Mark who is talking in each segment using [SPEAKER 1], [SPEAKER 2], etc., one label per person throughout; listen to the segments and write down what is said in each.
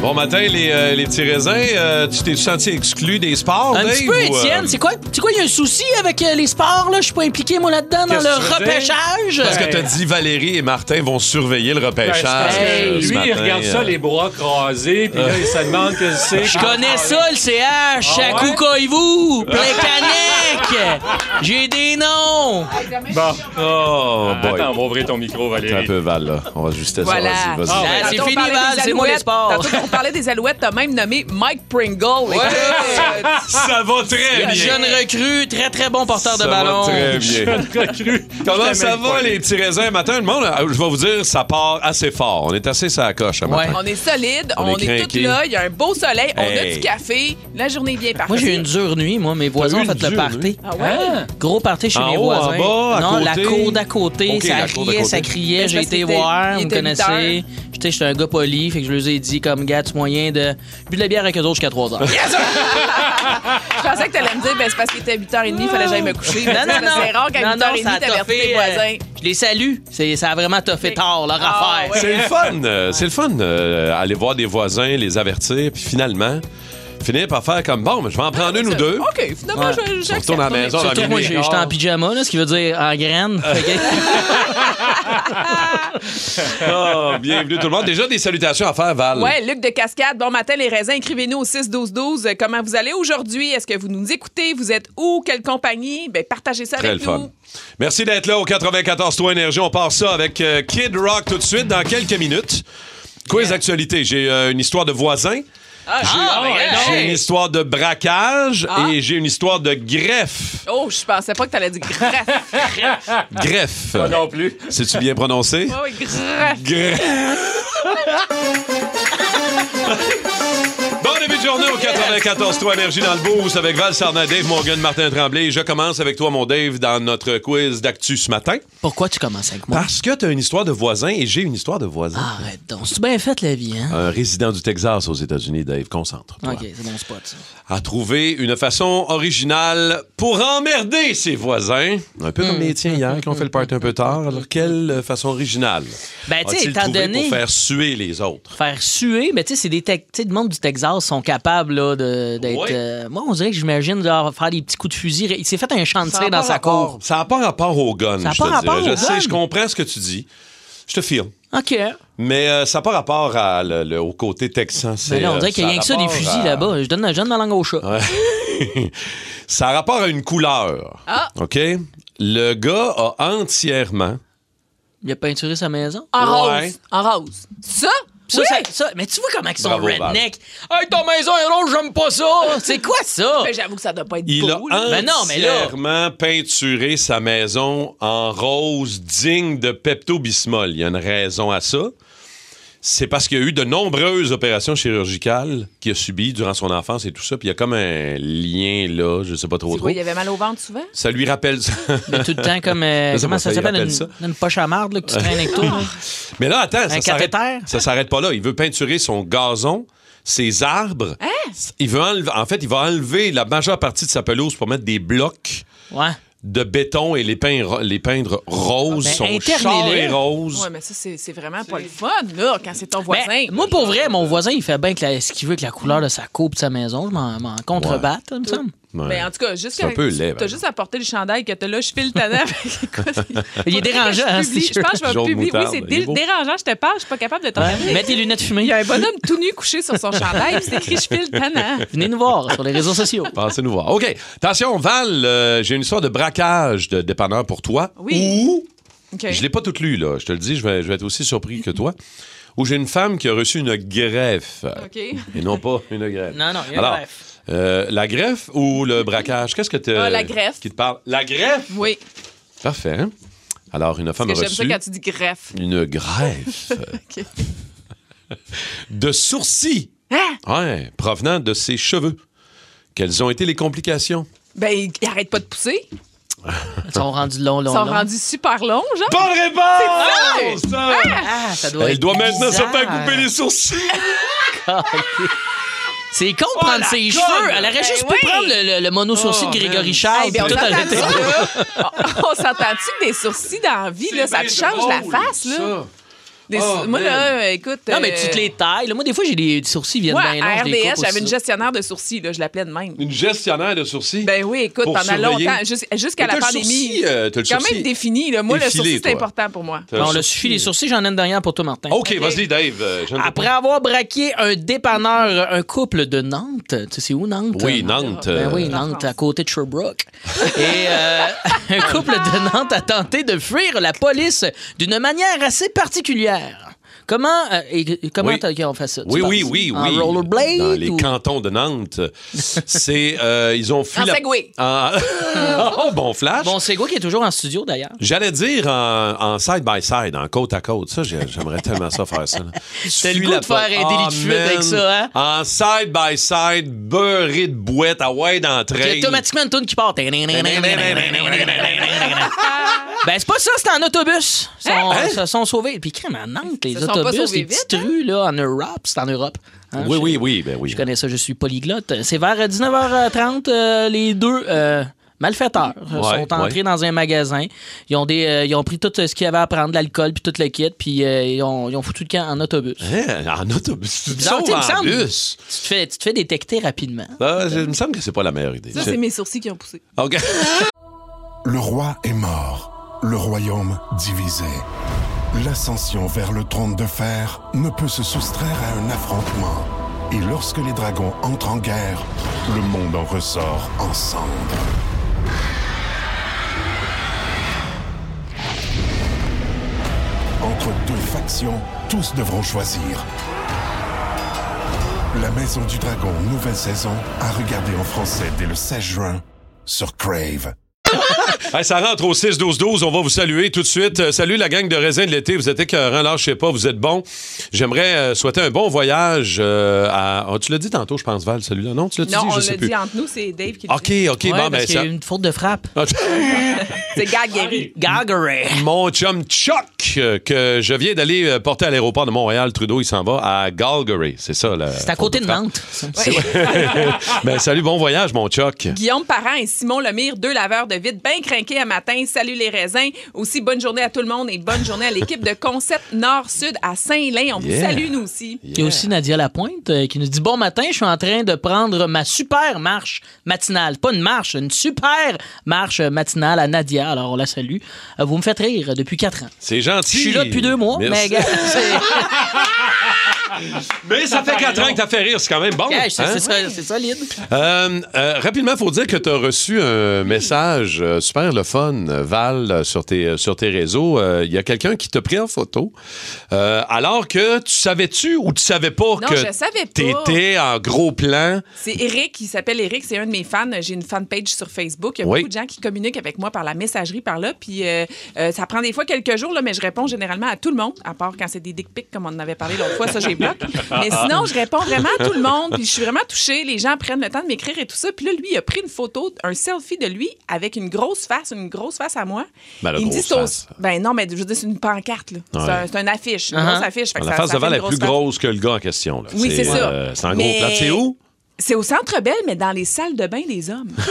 [SPEAKER 1] Bon matin, les, euh, les petits raisins. Euh, tu t'es senti exclu des sports,
[SPEAKER 2] Un
[SPEAKER 1] Dave,
[SPEAKER 2] petit peu,
[SPEAKER 1] ou, euh,
[SPEAKER 2] Étienne. C'est quoi? C'est quoi? Il y a un souci avec euh, les sports, là? Je suis pas impliqué, moi, là-dedans, dans
[SPEAKER 1] Qu'est-ce que tu
[SPEAKER 2] le
[SPEAKER 1] veux dire?
[SPEAKER 2] repêchage.
[SPEAKER 1] Parce que t'as dit Valérie et Martin vont surveiller le
[SPEAKER 3] Ben, c'est
[SPEAKER 1] repêchage.
[SPEAKER 3] parce que
[SPEAKER 1] euh, ce
[SPEAKER 3] lui, il
[SPEAKER 1] matin,
[SPEAKER 3] regarde
[SPEAKER 1] euh,
[SPEAKER 3] ça, les bras croisés, puis Ben, là, il se demande que c'est.
[SPEAKER 2] Je connais ça, le CH.
[SPEAKER 3] Ah ouais?
[SPEAKER 2] Chakoukoukoïvou, Plekanec. J'ai des noms.
[SPEAKER 3] Bon. Ah,
[SPEAKER 1] Oh, boy.
[SPEAKER 3] Attends, on va ouvrir ton micro,
[SPEAKER 1] T'es un
[SPEAKER 3] Valérie.
[SPEAKER 1] peu Val, là. On va ajuster
[SPEAKER 4] Voilà.
[SPEAKER 1] ça.
[SPEAKER 3] Ah,
[SPEAKER 1] Vas-y, vas-y.
[SPEAKER 3] ouais.
[SPEAKER 2] Ah, c'est
[SPEAKER 4] Tantôt, on
[SPEAKER 2] fini,
[SPEAKER 4] parlait
[SPEAKER 2] Val.
[SPEAKER 4] des
[SPEAKER 2] C'est moi les
[SPEAKER 4] alouettes.
[SPEAKER 2] sports.
[SPEAKER 4] Tantôt, on parlait des alouettes, t'as même nommé Mike Pringle. Écoute, euh,
[SPEAKER 1] Ça va très bien.
[SPEAKER 2] Jeune recrue, très, très bon porteur de
[SPEAKER 1] Ça va
[SPEAKER 2] ballon.
[SPEAKER 1] très bien.
[SPEAKER 3] Recrue.
[SPEAKER 1] Comment
[SPEAKER 3] Je t'amène
[SPEAKER 1] ça va,
[SPEAKER 3] pas.
[SPEAKER 1] les petits raisins? Matin, le monde, euh, je vais vous dire, ça part assez fort. On est assez sur la coche, à matin.
[SPEAKER 2] Ouais.
[SPEAKER 4] on est solide,
[SPEAKER 1] On
[SPEAKER 4] on,
[SPEAKER 1] est
[SPEAKER 4] est, toutes
[SPEAKER 1] craqués.
[SPEAKER 4] là, il y a un beau soleil, on a
[SPEAKER 1] Hey.
[SPEAKER 4] du café, la journée est bien parfaite.
[SPEAKER 2] Moi, j'ai eu une dure nuit, moi. Mes voisins
[SPEAKER 1] eu
[SPEAKER 2] ont
[SPEAKER 1] une
[SPEAKER 2] fait le
[SPEAKER 1] dure
[SPEAKER 2] party.
[SPEAKER 1] nuit?
[SPEAKER 4] Ah ouais?
[SPEAKER 3] Hein?
[SPEAKER 2] Gros party chez
[SPEAKER 1] En
[SPEAKER 2] mes
[SPEAKER 1] haut,
[SPEAKER 2] voisins.
[SPEAKER 1] en bas, à
[SPEAKER 2] non, la
[SPEAKER 1] côté?
[SPEAKER 2] cour d'à côté,
[SPEAKER 1] Ok,
[SPEAKER 2] ça
[SPEAKER 1] la cour d'à
[SPEAKER 2] criait,
[SPEAKER 1] côté.
[SPEAKER 2] ça criait.
[SPEAKER 4] Mais
[SPEAKER 2] J'ai
[SPEAKER 4] parce
[SPEAKER 2] été
[SPEAKER 4] qu'il était-
[SPEAKER 2] voir,
[SPEAKER 4] il
[SPEAKER 2] vous me
[SPEAKER 4] était
[SPEAKER 2] connaissez.
[SPEAKER 4] huit
[SPEAKER 2] J'étais j'étais un gars poli, fait que je leur ai dit comme gars, tu moyen de bu de la bière avec eux autres jusqu'à 3 heures.
[SPEAKER 4] Je pensais que t'allais me dire, ben, c'est parce qu'il était 8h30, il fallait que j'aille me coucher.
[SPEAKER 2] Non, non, non.
[SPEAKER 4] C'est rare qu'à
[SPEAKER 2] Non, non,
[SPEAKER 4] 8h30,
[SPEAKER 2] ça a
[SPEAKER 4] t'avertis tes
[SPEAKER 2] toffé,
[SPEAKER 4] voisins.
[SPEAKER 2] euh, Je les salue. C'est- Ça a vraiment toffé
[SPEAKER 4] Ok.
[SPEAKER 2] tard, leur
[SPEAKER 4] Ah,
[SPEAKER 2] affaire.
[SPEAKER 4] ouais.
[SPEAKER 1] C'est le fun. euh, C'est le fun. euh, aller voir des voisins, les avertir, puis finalement, finir par faire comme bon, mais je vais en prendre une ou deux.
[SPEAKER 4] OK, finalement,
[SPEAKER 2] Ouais.
[SPEAKER 4] je-
[SPEAKER 1] On
[SPEAKER 4] j'accepte.
[SPEAKER 1] retourne à la maison.
[SPEAKER 2] Surtout que moi,
[SPEAKER 1] minuit.
[SPEAKER 2] j'ai- j'étais en pyjama, là, ce qui veut dire en graine.
[SPEAKER 1] Euh.
[SPEAKER 2] Fait que-
[SPEAKER 1] Oh, bienvenue tout le monde. Déjà des salutations à faire, Val.
[SPEAKER 4] Ouais, Luc de Cascade, bon matin les raisins, écrivez-nous au 6-12-12 euh, comment vous allez aujourd'hui, est-ce que vous nous écoutez, vous êtes où, quelle compagnie, ben partagez ça
[SPEAKER 1] Très le
[SPEAKER 4] avec
[SPEAKER 1] fun.
[SPEAKER 4] nous.
[SPEAKER 1] Merci d'être là au 94 3 Énergie. On part ça avec euh, Kid Rock tout de suite dans quelques minutes. Quiz actualité. J'ai euh, une histoire de voisin,
[SPEAKER 2] Ah, ben,
[SPEAKER 4] ouais,
[SPEAKER 2] hey.
[SPEAKER 1] j'ai une histoire de braquage et j'ai une histoire de greffe.
[SPEAKER 4] Oh, je pensais pas que t'allais dire greffe. Ah.
[SPEAKER 1] Greffe.
[SPEAKER 3] Moi non plus.
[SPEAKER 1] C'est-tu bien prononcé?
[SPEAKER 4] Ouais, ouais, greffe.
[SPEAKER 1] Bon début de journée au 94 3 Énergie dans le boost avec Val Sarna, Dave Morgan, Martin Tremblay. Et Je commence avec toi, mon Dave, dans notre quiz d'actu ce matin.
[SPEAKER 2] Pourquoi tu commences avec moi?
[SPEAKER 1] Parce que t'as une histoire de voisin et j'ai une histoire de voisin.
[SPEAKER 2] Arrête donc. C'est bien fait, la vie, hein?
[SPEAKER 1] Un résident du Texas aux États-Unis, Dave, concentre-toi.
[SPEAKER 2] OK, c'est mon spot, ça.
[SPEAKER 1] A trouvé une façon originale pour emmerder ses voisins. Un peu
[SPEAKER 2] Hmm.
[SPEAKER 1] comme les tiens hier, qui ont fait le party un peu tard. Alors, quelle euh, façon originale
[SPEAKER 2] Ben, tu sais,
[SPEAKER 1] a-t-il
[SPEAKER 2] étant
[SPEAKER 1] trouvé
[SPEAKER 2] donné-
[SPEAKER 1] pour faire suer les autres?
[SPEAKER 2] Faire suer, mais tu sais, c'est des tec- tu sais, le monde du Texas sont capables là, de- d'être.
[SPEAKER 1] Ouais.
[SPEAKER 2] euh, moi, on dirait que j'imagine genre, faire des petits coups de fusil. Il s'est fait un
[SPEAKER 1] Ça
[SPEAKER 2] chantier
[SPEAKER 1] a
[SPEAKER 2] dans
[SPEAKER 1] pas
[SPEAKER 2] sa
[SPEAKER 1] rapport-
[SPEAKER 2] cour.
[SPEAKER 1] Ça n'a pas rapport au gun,
[SPEAKER 2] Ça a
[SPEAKER 1] je
[SPEAKER 2] pas
[SPEAKER 1] te
[SPEAKER 2] rapport
[SPEAKER 1] dirais.
[SPEAKER 2] au
[SPEAKER 1] Je sais,
[SPEAKER 2] gun.
[SPEAKER 1] je comprends ce que tu dis. Je te file.
[SPEAKER 2] OK.
[SPEAKER 1] Mais euh, ça n'a pas rapport à le- le- au côté texan.
[SPEAKER 2] Mais
[SPEAKER 1] C'est,
[SPEAKER 2] Ben là, on
[SPEAKER 1] euh,
[SPEAKER 2] dirait qu'il y a
[SPEAKER 1] ça
[SPEAKER 2] rien que ça, des
[SPEAKER 1] rapport
[SPEAKER 2] fusils
[SPEAKER 1] à-
[SPEAKER 2] là-bas. Je donne, je donne ma langue au chat.
[SPEAKER 1] Ouais. ça a rapport à une couleur.
[SPEAKER 4] Ah.
[SPEAKER 1] OK? Le gars a entièrement.
[SPEAKER 2] Il a peinturé sa maison.
[SPEAKER 4] En
[SPEAKER 1] Ouais.
[SPEAKER 4] rose. En rose. Ça?
[SPEAKER 2] Ça,
[SPEAKER 4] oui?
[SPEAKER 2] ça- ça- mais tu vois comment ils sont
[SPEAKER 1] Bravo, Val.
[SPEAKER 2] redneck. Hey, ta maison est rose, j'aime pas ça. C'est quoi ça?
[SPEAKER 4] Ben, j'avoue que ça doit pas être
[SPEAKER 1] Il a
[SPEAKER 4] beau. là.
[SPEAKER 2] Ben non, mais là-
[SPEAKER 1] entièrement peinturé sa maison en rose digne de Pepto-Bismol. Il y a une raison à ça. C'est parce qu'il y a eu de nombreuses opérations chirurgicales qu'il a subies durant son enfance et tout ça. Puis il y a comme un lien là, je sais pas trop
[SPEAKER 4] C'est
[SPEAKER 1] trop.
[SPEAKER 4] quoi, il y avait mal au ventre souvent?
[SPEAKER 1] Ça lui rappelle ça.
[SPEAKER 2] Mais tout le temps comme. euh,
[SPEAKER 1] Je sais
[SPEAKER 2] comment
[SPEAKER 1] pas,
[SPEAKER 2] ça
[SPEAKER 1] ça y
[SPEAKER 2] s'appelle?
[SPEAKER 1] rappelle
[SPEAKER 2] Une,
[SPEAKER 1] ça.
[SPEAKER 2] une poche à marde là, que tu traînes avec toi. là.
[SPEAKER 1] Mais là, attends, ça s'arrête,
[SPEAKER 2] cathéter?
[SPEAKER 1] ça s'arrête pas là. Il veut peinturer son gazon, ses arbres.
[SPEAKER 2] Hein?
[SPEAKER 1] Il veut enlever- en fait, il va enlever la majeure partie de sa pelouse pour mettre des blocs
[SPEAKER 2] Ouais.
[SPEAKER 1] de béton et les peindre, les peindre roses.
[SPEAKER 2] Ah, ben,
[SPEAKER 1] son
[SPEAKER 2] internez-les.
[SPEAKER 1] char est rose.
[SPEAKER 4] Ouais, mais ça, c'est c'est vraiment pas le fun, là, quand c'est ton voisin.
[SPEAKER 2] Ben, moi, pour vrai, mon voisin, il fait bien que la- ce qu'il veut avec la couleur de sa coupe de sa maison. Je m'en m'en contrebatte, il me semble.
[SPEAKER 1] Ouais.
[SPEAKER 4] Mais en tout cas, juste
[SPEAKER 1] C'est un peu laid,
[SPEAKER 4] T'as
[SPEAKER 1] ben.
[SPEAKER 4] juste apporté le chandail que t'as là, je file ta
[SPEAKER 2] Il est dérangeant, hein,
[SPEAKER 4] Je, publie-
[SPEAKER 2] c'est
[SPEAKER 4] je pense que je vais
[SPEAKER 1] Jaune
[SPEAKER 4] publier. Oui,
[SPEAKER 1] moutarde,
[SPEAKER 4] c'est
[SPEAKER 1] il est
[SPEAKER 4] dé-
[SPEAKER 1] beau.
[SPEAKER 4] dérangeant, je te parle, je suis pas capable de t'en
[SPEAKER 2] Ouais. Mets tes lunettes fumées.
[SPEAKER 4] Il y a un bonhomme tout nu couché sur son chandail, puis c'est écrit je file tannant.
[SPEAKER 2] Venez nous voir sur les réseaux sociaux.
[SPEAKER 1] Passez-nous voir. OK. Attention, Val, euh, j'ai une histoire de braquage de dépanneur pour toi.
[SPEAKER 4] Oui.
[SPEAKER 1] Ou,
[SPEAKER 4] OK.
[SPEAKER 1] je l'ai pas toute lue, là. Je te le dis, je vais, je vais être aussi surpris que toi. où j'ai une femme qui a reçu une greffe.
[SPEAKER 4] OK.
[SPEAKER 1] Et non pas une greffe.
[SPEAKER 2] Non, non, il y a
[SPEAKER 1] Alors,
[SPEAKER 2] bref.
[SPEAKER 1] euh, la greffe ou le braquage? Qu'est-ce que tu
[SPEAKER 4] Ah, la greffe.
[SPEAKER 1] Qui te parle? La greffe!
[SPEAKER 4] Oui,
[SPEAKER 1] Parfait. hein? Alors, une femme
[SPEAKER 4] parce
[SPEAKER 1] a
[SPEAKER 4] que j'aime ça
[SPEAKER 1] reçu
[SPEAKER 4] quand tu dis greffe.
[SPEAKER 1] une greffe
[SPEAKER 4] OK.
[SPEAKER 1] de sourcils
[SPEAKER 4] Hein?
[SPEAKER 1] ouais, provenant de ses cheveux. Quelles ont été les complications?
[SPEAKER 4] Ben, ils arrêtent pas de pousser.
[SPEAKER 2] Ils sont rendus longs,
[SPEAKER 4] Ils
[SPEAKER 2] longs,
[SPEAKER 4] sont
[SPEAKER 2] longs.
[SPEAKER 4] rendus super longs, genre. Hein?
[SPEAKER 1] Bonne réponse! Oh,
[SPEAKER 2] Ah, ça doit
[SPEAKER 1] Elle
[SPEAKER 2] être
[SPEAKER 1] doit maintenant se
[SPEAKER 2] bizarre.
[SPEAKER 1] faire couper les sourcils.
[SPEAKER 2] C'est con
[SPEAKER 4] Oh,
[SPEAKER 2] de prendre
[SPEAKER 1] la
[SPEAKER 2] ses
[SPEAKER 1] conne!
[SPEAKER 2] cheveux. Elle aurait juste
[SPEAKER 4] Ben
[SPEAKER 2] pu
[SPEAKER 4] oui!
[SPEAKER 2] prendre le, le, le mono-sourcil
[SPEAKER 1] Oh,
[SPEAKER 2] de Grégory
[SPEAKER 1] man.
[SPEAKER 2] Charles.
[SPEAKER 4] Eh bien, on
[SPEAKER 2] puis tout arrêter.
[SPEAKER 4] s'entend-tu, là? On s'entend-tu que des sourcils dans la vie, là, ça te change la face, là? Des sou-
[SPEAKER 1] Oh,
[SPEAKER 4] moi, là,
[SPEAKER 1] man.
[SPEAKER 4] euh, écoute.
[SPEAKER 2] Non, mais tu te les tailles. là. Moi, des fois, j'ai des sourcils qui viennent
[SPEAKER 4] Moi,
[SPEAKER 2] bien longs.
[SPEAKER 4] à
[SPEAKER 2] je les coupe
[SPEAKER 4] RDS,
[SPEAKER 2] au
[SPEAKER 4] j'avais une
[SPEAKER 2] ciseau.
[SPEAKER 4] gestionnaire de sourcils, là, je l'appelais de même.
[SPEAKER 1] Une gestionnaire de sourcils.
[SPEAKER 4] Ben oui, écoute,
[SPEAKER 1] Pour
[SPEAKER 4] pendant
[SPEAKER 1] surveiller.
[SPEAKER 4] longtemps, jus- jusqu'à
[SPEAKER 1] Mais
[SPEAKER 4] la
[SPEAKER 1] t'as le
[SPEAKER 4] pandémie.
[SPEAKER 1] sourcil, euh, t'as le
[SPEAKER 4] quand
[SPEAKER 1] sourcil.
[SPEAKER 4] même défini, là. Moi, le
[SPEAKER 1] effilé,
[SPEAKER 4] sourcil,
[SPEAKER 1] toi.
[SPEAKER 4] c'est important pour moi.
[SPEAKER 1] T'as le
[SPEAKER 2] Bon, le
[SPEAKER 1] sourcil.
[SPEAKER 2] suffit les sourcils, j'en ai une dernière pour toi, Martin.
[SPEAKER 1] OK, vas-y, Dave. euh, j'aime
[SPEAKER 2] Après avoir braqué un dépanneur, un couple de Nantes, tu sais où Nantes?
[SPEAKER 1] beaucoup. Oui, Nantes.
[SPEAKER 2] Ben oui,
[SPEAKER 1] euh,
[SPEAKER 4] la
[SPEAKER 2] Nantes,
[SPEAKER 4] France.
[SPEAKER 2] à côté de Sherbrooke. Et euh, un couple de Nantes a tenté de fuir la police d'une manière assez particulière. Comment, euh, et- comment
[SPEAKER 1] Oui.
[SPEAKER 2] t'as- qu'on fait ça? tu
[SPEAKER 1] Oui,
[SPEAKER 2] penses?
[SPEAKER 1] oui, oui,
[SPEAKER 2] En
[SPEAKER 1] oui.
[SPEAKER 2] rollerblade?
[SPEAKER 1] Dans les
[SPEAKER 2] ou-
[SPEAKER 1] cantons de Nantes. C'est. euh, ils ont fui.
[SPEAKER 4] En
[SPEAKER 1] la-
[SPEAKER 4] Segway.
[SPEAKER 1] En- oh, bon flash.
[SPEAKER 2] Bon, c'est quoi qui est toujours en studio d'ailleurs?
[SPEAKER 1] J'allais dire en, en side by side, en côte à côte. Ça, j'ai- j'aimerais tellement ça faire ça. là.
[SPEAKER 2] T'as le
[SPEAKER 1] Suis
[SPEAKER 2] goût
[SPEAKER 1] la
[SPEAKER 2] de faire
[SPEAKER 1] pol-
[SPEAKER 2] un délit de
[SPEAKER 1] Ah,
[SPEAKER 2] fuite avec
[SPEAKER 1] man.
[SPEAKER 2] ça, hein?
[SPEAKER 1] En side by side, beurré de boîte à ouais
[SPEAKER 2] Il y a
[SPEAKER 1] d'entrée.
[SPEAKER 2] automatiquement une toune qui part. ben, c'est pas ça, c'est en autobus. Ils sont,
[SPEAKER 1] Hein?
[SPEAKER 2] se sont sauvés. Puis, crème, à Nantes, les
[SPEAKER 4] Se sont pas
[SPEAKER 2] autobus,
[SPEAKER 4] sauvés
[SPEAKER 2] les
[SPEAKER 4] vite, hein?
[SPEAKER 2] petites rues, là, en Europe, c'est en Europe. Hein,
[SPEAKER 1] Oui,
[SPEAKER 2] je-
[SPEAKER 1] oui, oui, ben oui.
[SPEAKER 2] Je connais ça, je suis polyglotte. C'est vers euh, 19h30, euh, les deux euh, malfaiteurs euh,
[SPEAKER 1] Ouais,
[SPEAKER 2] sont entrés
[SPEAKER 1] ouais.
[SPEAKER 2] dans un magasin. Ils ont, des, euh, ils ont pris tout euh, ce qu'il y avait à prendre, l'alcool, puis tout le kit, puis euh, ils, ont, ils ont foutu le camp en autobus.
[SPEAKER 1] Hein, en autobus. Tu te
[SPEAKER 2] Bizarre,
[SPEAKER 1] sauves
[SPEAKER 2] tu sais, il me
[SPEAKER 1] en
[SPEAKER 2] semble.
[SPEAKER 1] bus.
[SPEAKER 2] Tu te fais, tu te fais détecter rapidement.
[SPEAKER 1] Ah, je- il me semble que c'est pas la meilleure idée.
[SPEAKER 4] Ça,
[SPEAKER 1] C'est-
[SPEAKER 4] c'est mes sourcils qui ont poussé.
[SPEAKER 1] OK.
[SPEAKER 5] Le roi est mort, le royaume divisé. L'ascension vers le trône de fer ne peut se soustraire à un affrontement. Et lorsque les dragons entrent en guerre, le monde en ressort ensemble. Entre deux factions, tous devront choisir. La Maison du Dragon, nouvelle saison, à regarder en français dès le 16 juin sur Crave.
[SPEAKER 1] Hey, ça rentre au 6-12-12. On va vous saluer tout de suite. Euh, salut la gang de raisins de l'été. Vous êtes écœurants. Là, je sais pas, vous êtes bons. J'aimerais euh, souhaiter un bon voyage euh, à. ah, tu l'as dit tantôt, je pense, Val, celui-là. Non, tu l'as
[SPEAKER 4] Non,
[SPEAKER 1] dit,
[SPEAKER 4] on
[SPEAKER 1] je
[SPEAKER 4] l'a
[SPEAKER 1] sais
[SPEAKER 4] dit
[SPEAKER 1] plus.
[SPEAKER 4] entre nous, c'est Dave qui le
[SPEAKER 1] OK,
[SPEAKER 4] dit.
[SPEAKER 1] OK,
[SPEAKER 2] Ouais,
[SPEAKER 1] bon,
[SPEAKER 2] parce
[SPEAKER 1] ben
[SPEAKER 2] qu'il y
[SPEAKER 1] ça. Ah,
[SPEAKER 2] a eu une faute de frappe.
[SPEAKER 4] C'est gag Gary.
[SPEAKER 2] Gaggeray.
[SPEAKER 1] Mon chum Chuck, euh, que je viens d'aller euh, porter à l'aéroport de Montréal, Trudeau, il s'en va à Calgary. C'est ça, là.
[SPEAKER 2] C'est à côté de Nantes.
[SPEAKER 1] ben, salut, bon voyage, mon Chuck.
[SPEAKER 4] Guillaume Parent et Simon Lemire, deux laveurs de vide bien crinqués à matin. Salut les raisins. Aussi, bonne journée à tout le monde et bonne journée à l'équipe de Concept Nord-Sud à Saint-Lin. On vous
[SPEAKER 1] Yeah.
[SPEAKER 4] salue, nous aussi.
[SPEAKER 2] Il y a aussi Nadia Lapointe euh, qui nous dit Bon matin, je suis en train de prendre ma super marche matinale. Pas une marche, une super marche matinale à Nadia. Alors, on la salue. Euh, Vous me faites rire depuis quatre ans.
[SPEAKER 1] C'est gentil.
[SPEAKER 2] Je suis là depuis deux mois,
[SPEAKER 1] Merci.
[SPEAKER 2] mais gars, c'est-
[SPEAKER 1] Mais ça fait quatre ans que t'as fait rire, c'est quand même bon.
[SPEAKER 2] gars, c'est
[SPEAKER 1] hein?
[SPEAKER 2] c'est sol- c'est solide.
[SPEAKER 1] Euh, euh, rapidement, faut dire que tu as reçu un message euh, super le fun, euh, Val, euh, sur tes, euh, sur tes réseaux. Euh, Il y a quelqu'un qui t'a pris en photo euh, alors que tu savais-tu ou tu savais pas
[SPEAKER 4] Non,
[SPEAKER 1] que
[SPEAKER 4] je savais pas.
[SPEAKER 1] t'étais en gros plan.
[SPEAKER 4] C'est Eric, il s'appelle Eric, c'est un de mes fans. J'ai une fanpage sur Facebook. Il y a
[SPEAKER 1] Oui.
[SPEAKER 4] beaucoup de gens qui communiquent avec moi par la messagerie, par là. Puis euh, euh, ça prend des fois quelques jours, là, mais je réponds généralement à tout le monde, à part quand c'est des dick pics, comme on en avait parlé l'autre fois, ça, j'ai bloqué. Mais sinon, je réponds vraiment à tout le monde. Puis je suis vraiment touchée. Les gens prennent le temps de m'écrire et tout ça. Puis là, lui, il a pris une photo, un selfie de lui avec une grosse face, une grosse face à moi.
[SPEAKER 1] Ben, la
[SPEAKER 4] il me
[SPEAKER 1] grosse
[SPEAKER 4] dit c'est au-
[SPEAKER 1] face.
[SPEAKER 4] Ben non, mais je veux dire, c'est une pancarte, là. C'est
[SPEAKER 1] Ouais. Ben,
[SPEAKER 4] un- C'est une affiche, une
[SPEAKER 2] Uh-huh.
[SPEAKER 4] grosse affiche. Fait que
[SPEAKER 1] la
[SPEAKER 4] ça-
[SPEAKER 1] face
[SPEAKER 4] ça
[SPEAKER 1] de Val
[SPEAKER 4] fait
[SPEAKER 1] est
[SPEAKER 4] une
[SPEAKER 1] plus
[SPEAKER 4] grosse face.
[SPEAKER 1] grosse que le gars en question. là.
[SPEAKER 4] Oui, c'est ça.
[SPEAKER 1] euh, c'est un gros
[SPEAKER 4] Mais-
[SPEAKER 1] plan. C'est où?
[SPEAKER 4] C'est au centre Bell, mais dans les salles de bain des hommes.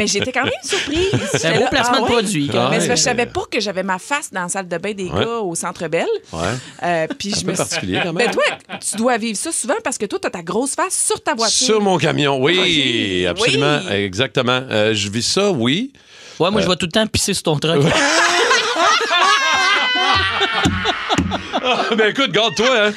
[SPEAKER 4] mais j'étais quand même surprise. ah
[SPEAKER 2] C'est un beau placement de produit. quand
[SPEAKER 4] Mais
[SPEAKER 2] même.
[SPEAKER 4] c'est parce que je savais pas que j'avais ma face dans la salle de bain des
[SPEAKER 1] Ouais.
[SPEAKER 4] gars au centre Bell.
[SPEAKER 1] Ouais.
[SPEAKER 4] Euh, puis
[SPEAKER 1] C'est un
[SPEAKER 4] je me
[SPEAKER 1] peu
[SPEAKER 4] suis-
[SPEAKER 1] particulier quand même.
[SPEAKER 4] Ben toi, tu dois vivre ça souvent parce que toi, t'as ta grosse face sur ta voiture.
[SPEAKER 1] Sur mon camion, oui,
[SPEAKER 4] Oui.
[SPEAKER 1] absolument,
[SPEAKER 4] Oui.
[SPEAKER 1] exactement. Euh, je vis ça, oui. Euh.
[SPEAKER 2] Ouais, moi, je vais tout le temps pisser sur ton truc.
[SPEAKER 1] ben écoute, garde-toi. hein.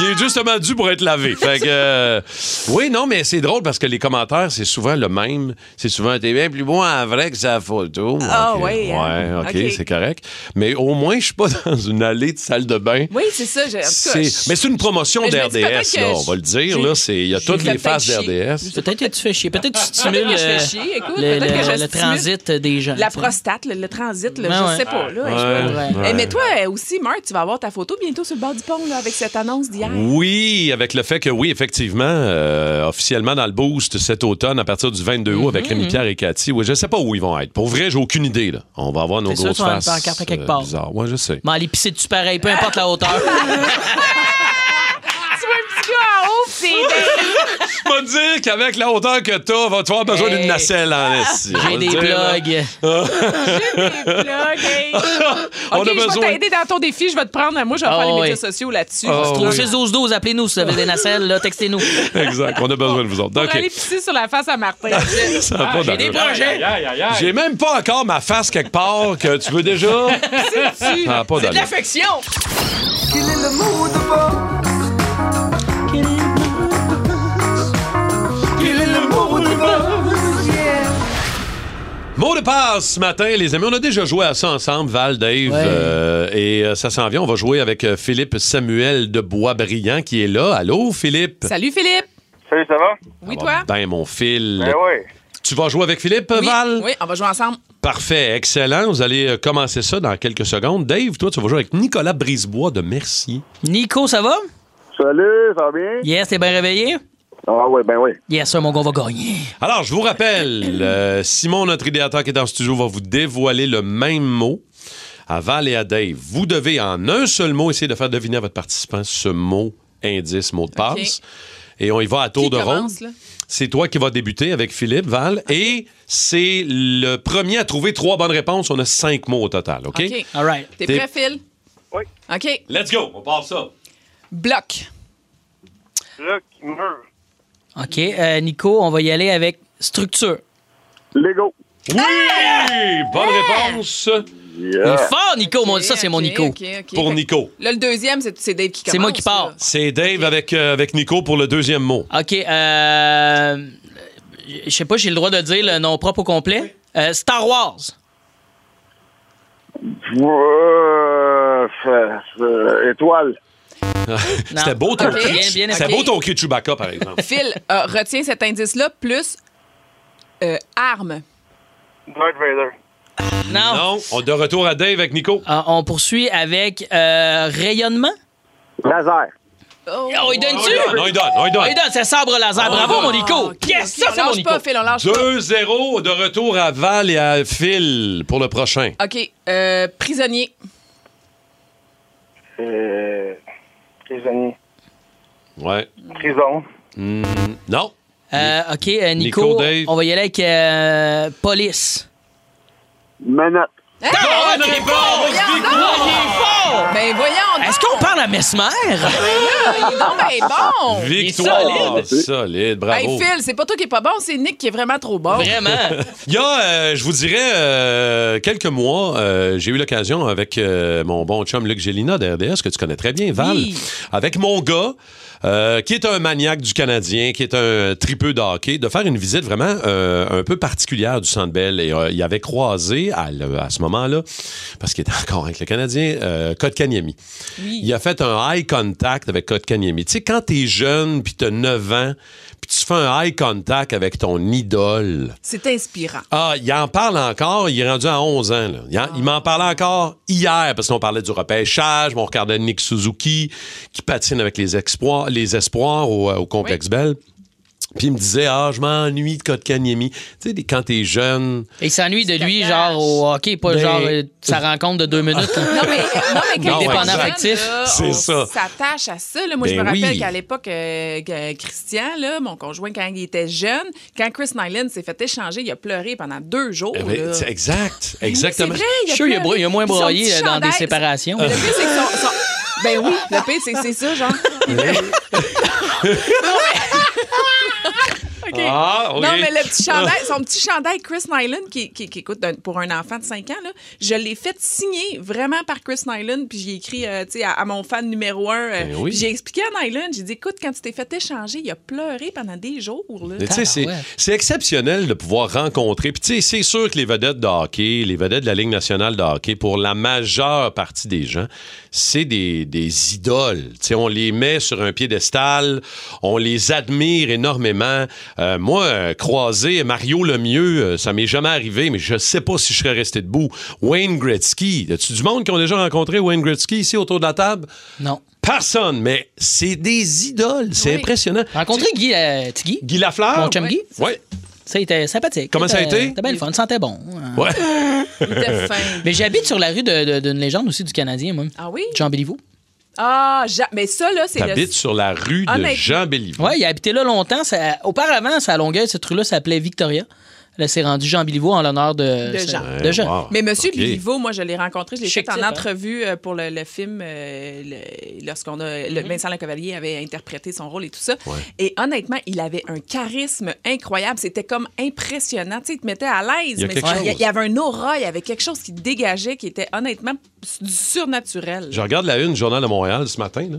[SPEAKER 1] Il est justement dû pour être lavé. Fait que, euh, oui, non, mais c'est drôle parce que les commentaires, c'est souvent le même. C'est souvent, t'es bien plus bon en vrai que sa photo.
[SPEAKER 4] Ah,
[SPEAKER 1] OK.
[SPEAKER 4] ouais, hein.
[SPEAKER 1] OK,
[SPEAKER 4] OK.
[SPEAKER 1] c'est correct. Mais au moins, je suis pas dans une allée de salle de bain.
[SPEAKER 4] Oui, c'est ça. j'ai- en tout cas,
[SPEAKER 1] C'est-
[SPEAKER 4] je-
[SPEAKER 1] Mais c'est une promotion
[SPEAKER 4] Mais je me dis
[SPEAKER 1] d'RDS,
[SPEAKER 4] peut-être que
[SPEAKER 1] là, on
[SPEAKER 4] je-
[SPEAKER 1] va le dire.
[SPEAKER 4] j'ai-
[SPEAKER 1] là, c'est- Il y a
[SPEAKER 4] j'ai
[SPEAKER 1] toutes les
[SPEAKER 4] peut-être
[SPEAKER 1] faces
[SPEAKER 4] chier.
[SPEAKER 1] d'RDS.
[SPEAKER 2] Peut-être que tu fais chier. Peut-être que tu stimules
[SPEAKER 4] Peut-être que je fais
[SPEAKER 2] euh,
[SPEAKER 4] chier, écoute,
[SPEAKER 2] le,
[SPEAKER 4] peut-être que
[SPEAKER 2] le-
[SPEAKER 4] je
[SPEAKER 2] le
[SPEAKER 4] stimule
[SPEAKER 2] transit des gens.
[SPEAKER 4] La
[SPEAKER 2] tu sais.
[SPEAKER 4] prostate, le, le transit, là,
[SPEAKER 2] Ben
[SPEAKER 4] je
[SPEAKER 2] ouais.
[SPEAKER 4] sais pas. Là,
[SPEAKER 1] Ouais,
[SPEAKER 4] je-
[SPEAKER 1] ouais.
[SPEAKER 4] Eh, mais toi euh, aussi, Marc, tu vas avoir ta photo bientôt sur le bord du pont là, avec cette annonce d'hier.
[SPEAKER 1] Oui, avec le fait que oui, effectivement, euh, officiellement dans le boost cet automne à partir du 22 août
[SPEAKER 4] Mhm.
[SPEAKER 1] avec Rémi Pierre et Cathy. Oui, je sais pas où ils vont être. Pour vrai, j'ai aucune idée. Là. On va avoir nos
[SPEAKER 2] C'est sûr,
[SPEAKER 1] grosses
[SPEAKER 2] tu vas avoir une
[SPEAKER 1] faces. euh,
[SPEAKER 2] pancarte à quelque part.
[SPEAKER 1] bizarres. Ouais, je sais.
[SPEAKER 2] Mais aller pisser dessus pareil, peu importe la hauteur.
[SPEAKER 4] Tu vois un petit gars en haut, c'est
[SPEAKER 1] Je vais te dire qu'avec la hauteur que t'as, va te avoir besoin
[SPEAKER 2] Hey.
[SPEAKER 1] d'une nacelle en esti. On
[SPEAKER 2] Eh. J'ai
[SPEAKER 1] va
[SPEAKER 2] des
[SPEAKER 1] le dire, là.
[SPEAKER 2] blogs.
[SPEAKER 4] des blogs, hey.
[SPEAKER 1] On
[SPEAKER 4] OK,
[SPEAKER 1] a
[SPEAKER 4] je
[SPEAKER 1] besoin.
[SPEAKER 4] vais t'aider dans ton défi. Je vais te prendre. Moi, je vais
[SPEAKER 2] Ah,
[SPEAKER 4] faire les
[SPEAKER 2] ouais.
[SPEAKER 4] médias sociaux là-dessus.
[SPEAKER 1] Ah,
[SPEAKER 4] Pour
[SPEAKER 1] ouais.
[SPEAKER 2] Au 6 12 12 appelez-nous si vous avez des nacelles, là, textez-nous.
[SPEAKER 1] Exact, on a besoin de vous autres. OK.
[SPEAKER 4] aller Ah, pisser sur la face à Martin.
[SPEAKER 1] Ça
[SPEAKER 3] Ah,
[SPEAKER 1] a pas
[SPEAKER 2] j'ai des
[SPEAKER 1] d'allure.
[SPEAKER 2] projets.
[SPEAKER 1] J'ai même pas encore ma face quelque part que tu veux déjà. Ça n'a Ah, pas
[SPEAKER 2] C'est de
[SPEAKER 1] d'allure.
[SPEAKER 2] l'affection.
[SPEAKER 1] Mot de passe ce matin, les amis. On a déjà joué à ça ensemble, Val, Dave.
[SPEAKER 2] Ouais.
[SPEAKER 1] euh, et euh, ça s'en vient. On va jouer avec euh, Philippe Samuel de Boisbriand qui est là. Allô, Philippe?
[SPEAKER 4] Salut, Philippe.
[SPEAKER 6] Salut, ça va?
[SPEAKER 4] Oui,
[SPEAKER 1] Ah,
[SPEAKER 4] toi?
[SPEAKER 1] Ben, mon fil.
[SPEAKER 6] Ben oui.
[SPEAKER 1] Tu vas jouer avec Philippe,
[SPEAKER 4] Oui,
[SPEAKER 1] Val?
[SPEAKER 4] oui, on va jouer ensemble.
[SPEAKER 1] Parfait, excellent. Vous allez euh, commencer ça dans quelques secondes. Dave, toi, tu vas jouer avec Nicolas Brisebois de Mercier.
[SPEAKER 2] Nico, ça va?
[SPEAKER 6] Salut, ça va bien?
[SPEAKER 2] Yes, t'es bien réveillé?
[SPEAKER 6] Ah oui, ben oui.
[SPEAKER 2] Yes, sir, mon gars on va gagner.
[SPEAKER 1] Alors, je vous rappelle, euh, Simon, notre idéateur qui est en studio, va vous dévoiler le même mot à Val et à Dave. Vous devez, en un seul mot, essayer de faire deviner à votre participant ce mot, indice, mot de passe. Et on y va à tour
[SPEAKER 4] Qui
[SPEAKER 1] de ronde.
[SPEAKER 4] commence, là?
[SPEAKER 1] C'est toi qui vas débuter avec Philippe, Val. Et c'est le premier à trouver trois bonnes réponses. On a cinq mots au total, OK?
[SPEAKER 4] OK.
[SPEAKER 2] All right.
[SPEAKER 4] T'es
[SPEAKER 1] T'es-
[SPEAKER 4] prêt, Phil?
[SPEAKER 6] Oui.
[SPEAKER 4] OK.
[SPEAKER 1] Let's go, on part ça.
[SPEAKER 4] Bloc.
[SPEAKER 6] Bloc, mur.
[SPEAKER 2] OK, euh, Nico, on va y aller avec structure.
[SPEAKER 6] Lego.
[SPEAKER 1] Oui! Bonne réponse
[SPEAKER 2] Il est
[SPEAKER 6] Yeah.
[SPEAKER 2] fort, Nico. mon- ça, c'est mon
[SPEAKER 4] OK,
[SPEAKER 2] Nico.
[SPEAKER 4] OK, OK.
[SPEAKER 1] pour
[SPEAKER 4] Fait-
[SPEAKER 1] Nico.
[SPEAKER 4] Là, le deuxième, c'est c'est Dave qui commence.
[SPEAKER 2] C'est moi qui pars.
[SPEAKER 4] là.
[SPEAKER 1] C'est Dave avec, euh, avec Nico pour le deuxième mot.
[SPEAKER 2] OK, euh, je sais pas, j'ai le droit de dire le nom propre au complet. Euh, Star Wars.
[SPEAKER 6] Euh, f- f- étoile.
[SPEAKER 2] Non.
[SPEAKER 1] C'était beau ton
[SPEAKER 2] OK.
[SPEAKER 1] cul.
[SPEAKER 2] Bien, bien,
[SPEAKER 1] C'était
[SPEAKER 2] OK.
[SPEAKER 1] beau ton cul, Chewbacca, par exemple.
[SPEAKER 4] Phil, euh, retiens cet indice-là, plus euh, arme.
[SPEAKER 6] Darth Vader.
[SPEAKER 2] Non.
[SPEAKER 1] non, on est de retour à Dave avec Nico.
[SPEAKER 2] Euh, on poursuit avec euh, rayonnement.
[SPEAKER 6] Laser.
[SPEAKER 2] Oh, il donne-tu?
[SPEAKER 1] Non, il donne, non, il
[SPEAKER 2] Oh,
[SPEAKER 1] donne.
[SPEAKER 2] il donne, c'est sabre laser. Bravo, mon Nico.
[SPEAKER 4] Ah, OK,
[SPEAKER 2] yes,
[SPEAKER 4] OK,
[SPEAKER 2] ça,
[SPEAKER 4] on
[SPEAKER 2] c'est mon
[SPEAKER 4] lâche
[SPEAKER 2] Nico.
[SPEAKER 4] pas, Phil, on lâche pas.
[SPEAKER 1] 2-0 de retour à Val et à Phil pour le prochain.
[SPEAKER 4] OK. euh, prisonnier.
[SPEAKER 6] Euh, prisonnier.
[SPEAKER 1] Ouais.
[SPEAKER 6] Prison.
[SPEAKER 4] Mm.
[SPEAKER 1] Non.
[SPEAKER 2] Euh, OK, euh, Nico,
[SPEAKER 1] Nico, Dave.
[SPEAKER 2] on va y aller avec euh, police.
[SPEAKER 6] Menotte.
[SPEAKER 4] Hey!
[SPEAKER 1] Bonne réponse, Nico!
[SPEAKER 4] Ben Ah, voyons,
[SPEAKER 2] Est-ce qu'on parle à Mesmer?
[SPEAKER 4] non, mais bon!
[SPEAKER 1] Victoire!
[SPEAKER 6] solide.
[SPEAKER 1] Solide, bravo.
[SPEAKER 4] Hey Phil, c'est pas toi qui est pas bon, c'est Nick qui est vraiment trop bon.
[SPEAKER 2] Vraiment.
[SPEAKER 1] Il y a, euh, je vous dirais, euh, quelques mois, euh, j'ai eu l'occasion avec euh, mon bon chum Luc Gélina de RDS, que tu connais très bien, Val,
[SPEAKER 4] Oui.
[SPEAKER 1] avec mon gars, euh, qui est un maniaque du Canadien, qui est un tripeux de hockey, de faire une visite vraiment euh, un peu particulière du Centre Bell. Et euh, il avait croisé, à, le- à ce moment-là, parce qu'il était encore avec le Canadien, euh, Kotkaniemi. Il a fait un eye contact avec Kotkaniemi. Tu sais, quand t'es jeune, puis t'as 9 ans, puis tu fais un eye contact avec ton idole...
[SPEAKER 4] C'est inspirant.
[SPEAKER 1] Ah, il en parle encore. Il est rendu à 11 ans. Là. Il, en- il m'en parlait encore hier parce qu'on parlait du repêchage. mais On regardait Nick Suzuki qui patine avec les, exploits, les espoirs au, euh, au complexe Bell. Puis il me disait Ah, je m'ennuie de Kotkaniemi. Tu sais, des- quand t'es jeune.
[SPEAKER 2] Il s'ennuie de lui, genre au hockey, pas
[SPEAKER 1] Ben-
[SPEAKER 2] genre euh, sa rencontre de deux minutes. là.
[SPEAKER 4] Non, mais, non, mais quand
[SPEAKER 1] Non,
[SPEAKER 4] t'es
[SPEAKER 1] ouais,
[SPEAKER 4] jeune,
[SPEAKER 1] exact.
[SPEAKER 2] affectif.
[SPEAKER 4] là,
[SPEAKER 1] C'est
[SPEAKER 4] on
[SPEAKER 1] ça.
[SPEAKER 4] s'attache à ça. là. Moi, je
[SPEAKER 1] Ben
[SPEAKER 4] me rappelle
[SPEAKER 1] oui.
[SPEAKER 4] qu'à l'époque, euh, que Christian, là, mon conjoint, quand il était jeune, quand Chris Nyland s'est fait échanger, il a pleuré pendant deux jours.
[SPEAKER 1] Eh ben,
[SPEAKER 4] là.
[SPEAKER 1] c'est exact, exactement. Euh.
[SPEAKER 4] C'est vrai,
[SPEAKER 2] Je
[SPEAKER 4] il a
[SPEAKER 2] suis sûr, il a,
[SPEAKER 4] pleuré.
[SPEAKER 2] bro- il a moins
[SPEAKER 4] Son
[SPEAKER 2] broyé
[SPEAKER 4] petit
[SPEAKER 2] euh, dans des
[SPEAKER 4] chandail-
[SPEAKER 2] séparations.
[SPEAKER 4] Le pire, c'est que son- son- Ben oui, le pire, c'est- c'est ça, genre. OK.
[SPEAKER 1] Ah, OK.
[SPEAKER 4] Non, mais le petit chandail, son petit chandail Chris Nyland, qui, qui, qui coûte d'un- pour un enfant de 5 ans, là, je l'ai fait signer vraiment par Chris Nyland, puis j'ai écrit euh, tu sais, à, à mon fan numéro 1.
[SPEAKER 1] Ben oui.
[SPEAKER 4] J'ai expliqué à Nyland, j'ai dit, écoute, quand tu t'es fait échanger, il a pleuré pendant des jours. Là.
[SPEAKER 1] Mais tu sais, c'est,
[SPEAKER 2] Tabarouette.
[SPEAKER 1] c'est exceptionnel de pouvoir rencontrer. Puis, tu sais, c'est sûr que les vedettes de hockey, les vedettes de la Ligue nationale de hockey, pour la majeure partie des gens, c'est des, des idoles. Tu sais, on les met sur un piédestal, on les admire énormément. Euh, moi, euh, croiser Mario Lemieux, euh, ça m'est jamais arrivé, mais je sais pas si je serais resté debout. Wayne Gretzky, as-tu du monde qui ont déjà rencontré Wayne Gretzky ici autour de la table?
[SPEAKER 2] Non.
[SPEAKER 1] Personne, mais c'est des idoles. C'est
[SPEAKER 4] Oui.
[SPEAKER 1] impressionnant.
[SPEAKER 2] Rencontré Guy euh, Tigui.
[SPEAKER 1] Guy Lafleur?
[SPEAKER 2] Mon chum Guy.
[SPEAKER 1] Ouais.
[SPEAKER 2] Ça, il était sympathique.
[SPEAKER 1] Comment
[SPEAKER 2] Il
[SPEAKER 1] ça a
[SPEAKER 2] était-
[SPEAKER 1] été?
[SPEAKER 2] C'était bien le fun, il sentait bon. Euh,
[SPEAKER 1] Ouais.
[SPEAKER 4] Il était fin.
[SPEAKER 2] Mais j'habite sur la rue de- de- d'une légende aussi du Canadien, moi.
[SPEAKER 4] Ah oui?
[SPEAKER 2] Jean Béliveau.
[SPEAKER 4] Ah, j'a- mais ça, là, c'est le...
[SPEAKER 1] T'habites sur la rue de
[SPEAKER 4] Honnêtement.
[SPEAKER 1] Jean Béliveau.
[SPEAKER 2] Ouais, il a habité là longtemps. Ça- auparavant, ça à Longueuil, cette rue-là s'appelait Victoria. Là, c'est rendu Jean Béliveau en l'honneur de,
[SPEAKER 4] De Jean.
[SPEAKER 2] Euh, de Jean.
[SPEAKER 1] wow.
[SPEAKER 4] Mais Monsieur
[SPEAKER 1] OK.
[SPEAKER 4] Béliveau, moi, je l'ai rencontré, je l'ai
[SPEAKER 2] Chic
[SPEAKER 4] fait en
[SPEAKER 2] type, hein?
[SPEAKER 4] entrevue euh, pour le, le film euh, le- lorsqu'on a
[SPEAKER 2] Mm-hmm.
[SPEAKER 4] le, Vincent Lecavalier avait interprété son rôle et tout ça. Et honnêtement, il avait un charisme incroyable. C'était comme impressionnant. Tu sais, il te mettait à l'aise.
[SPEAKER 1] Il y a
[SPEAKER 4] mais
[SPEAKER 1] quelque
[SPEAKER 4] c'est- il y,
[SPEAKER 1] chose.
[SPEAKER 4] il y avait un aura, il y avait quelque chose qui dégageait, qui était honnêtement du surnaturel.
[SPEAKER 1] Je regarde la une du Journal de Montréal ce matin. là.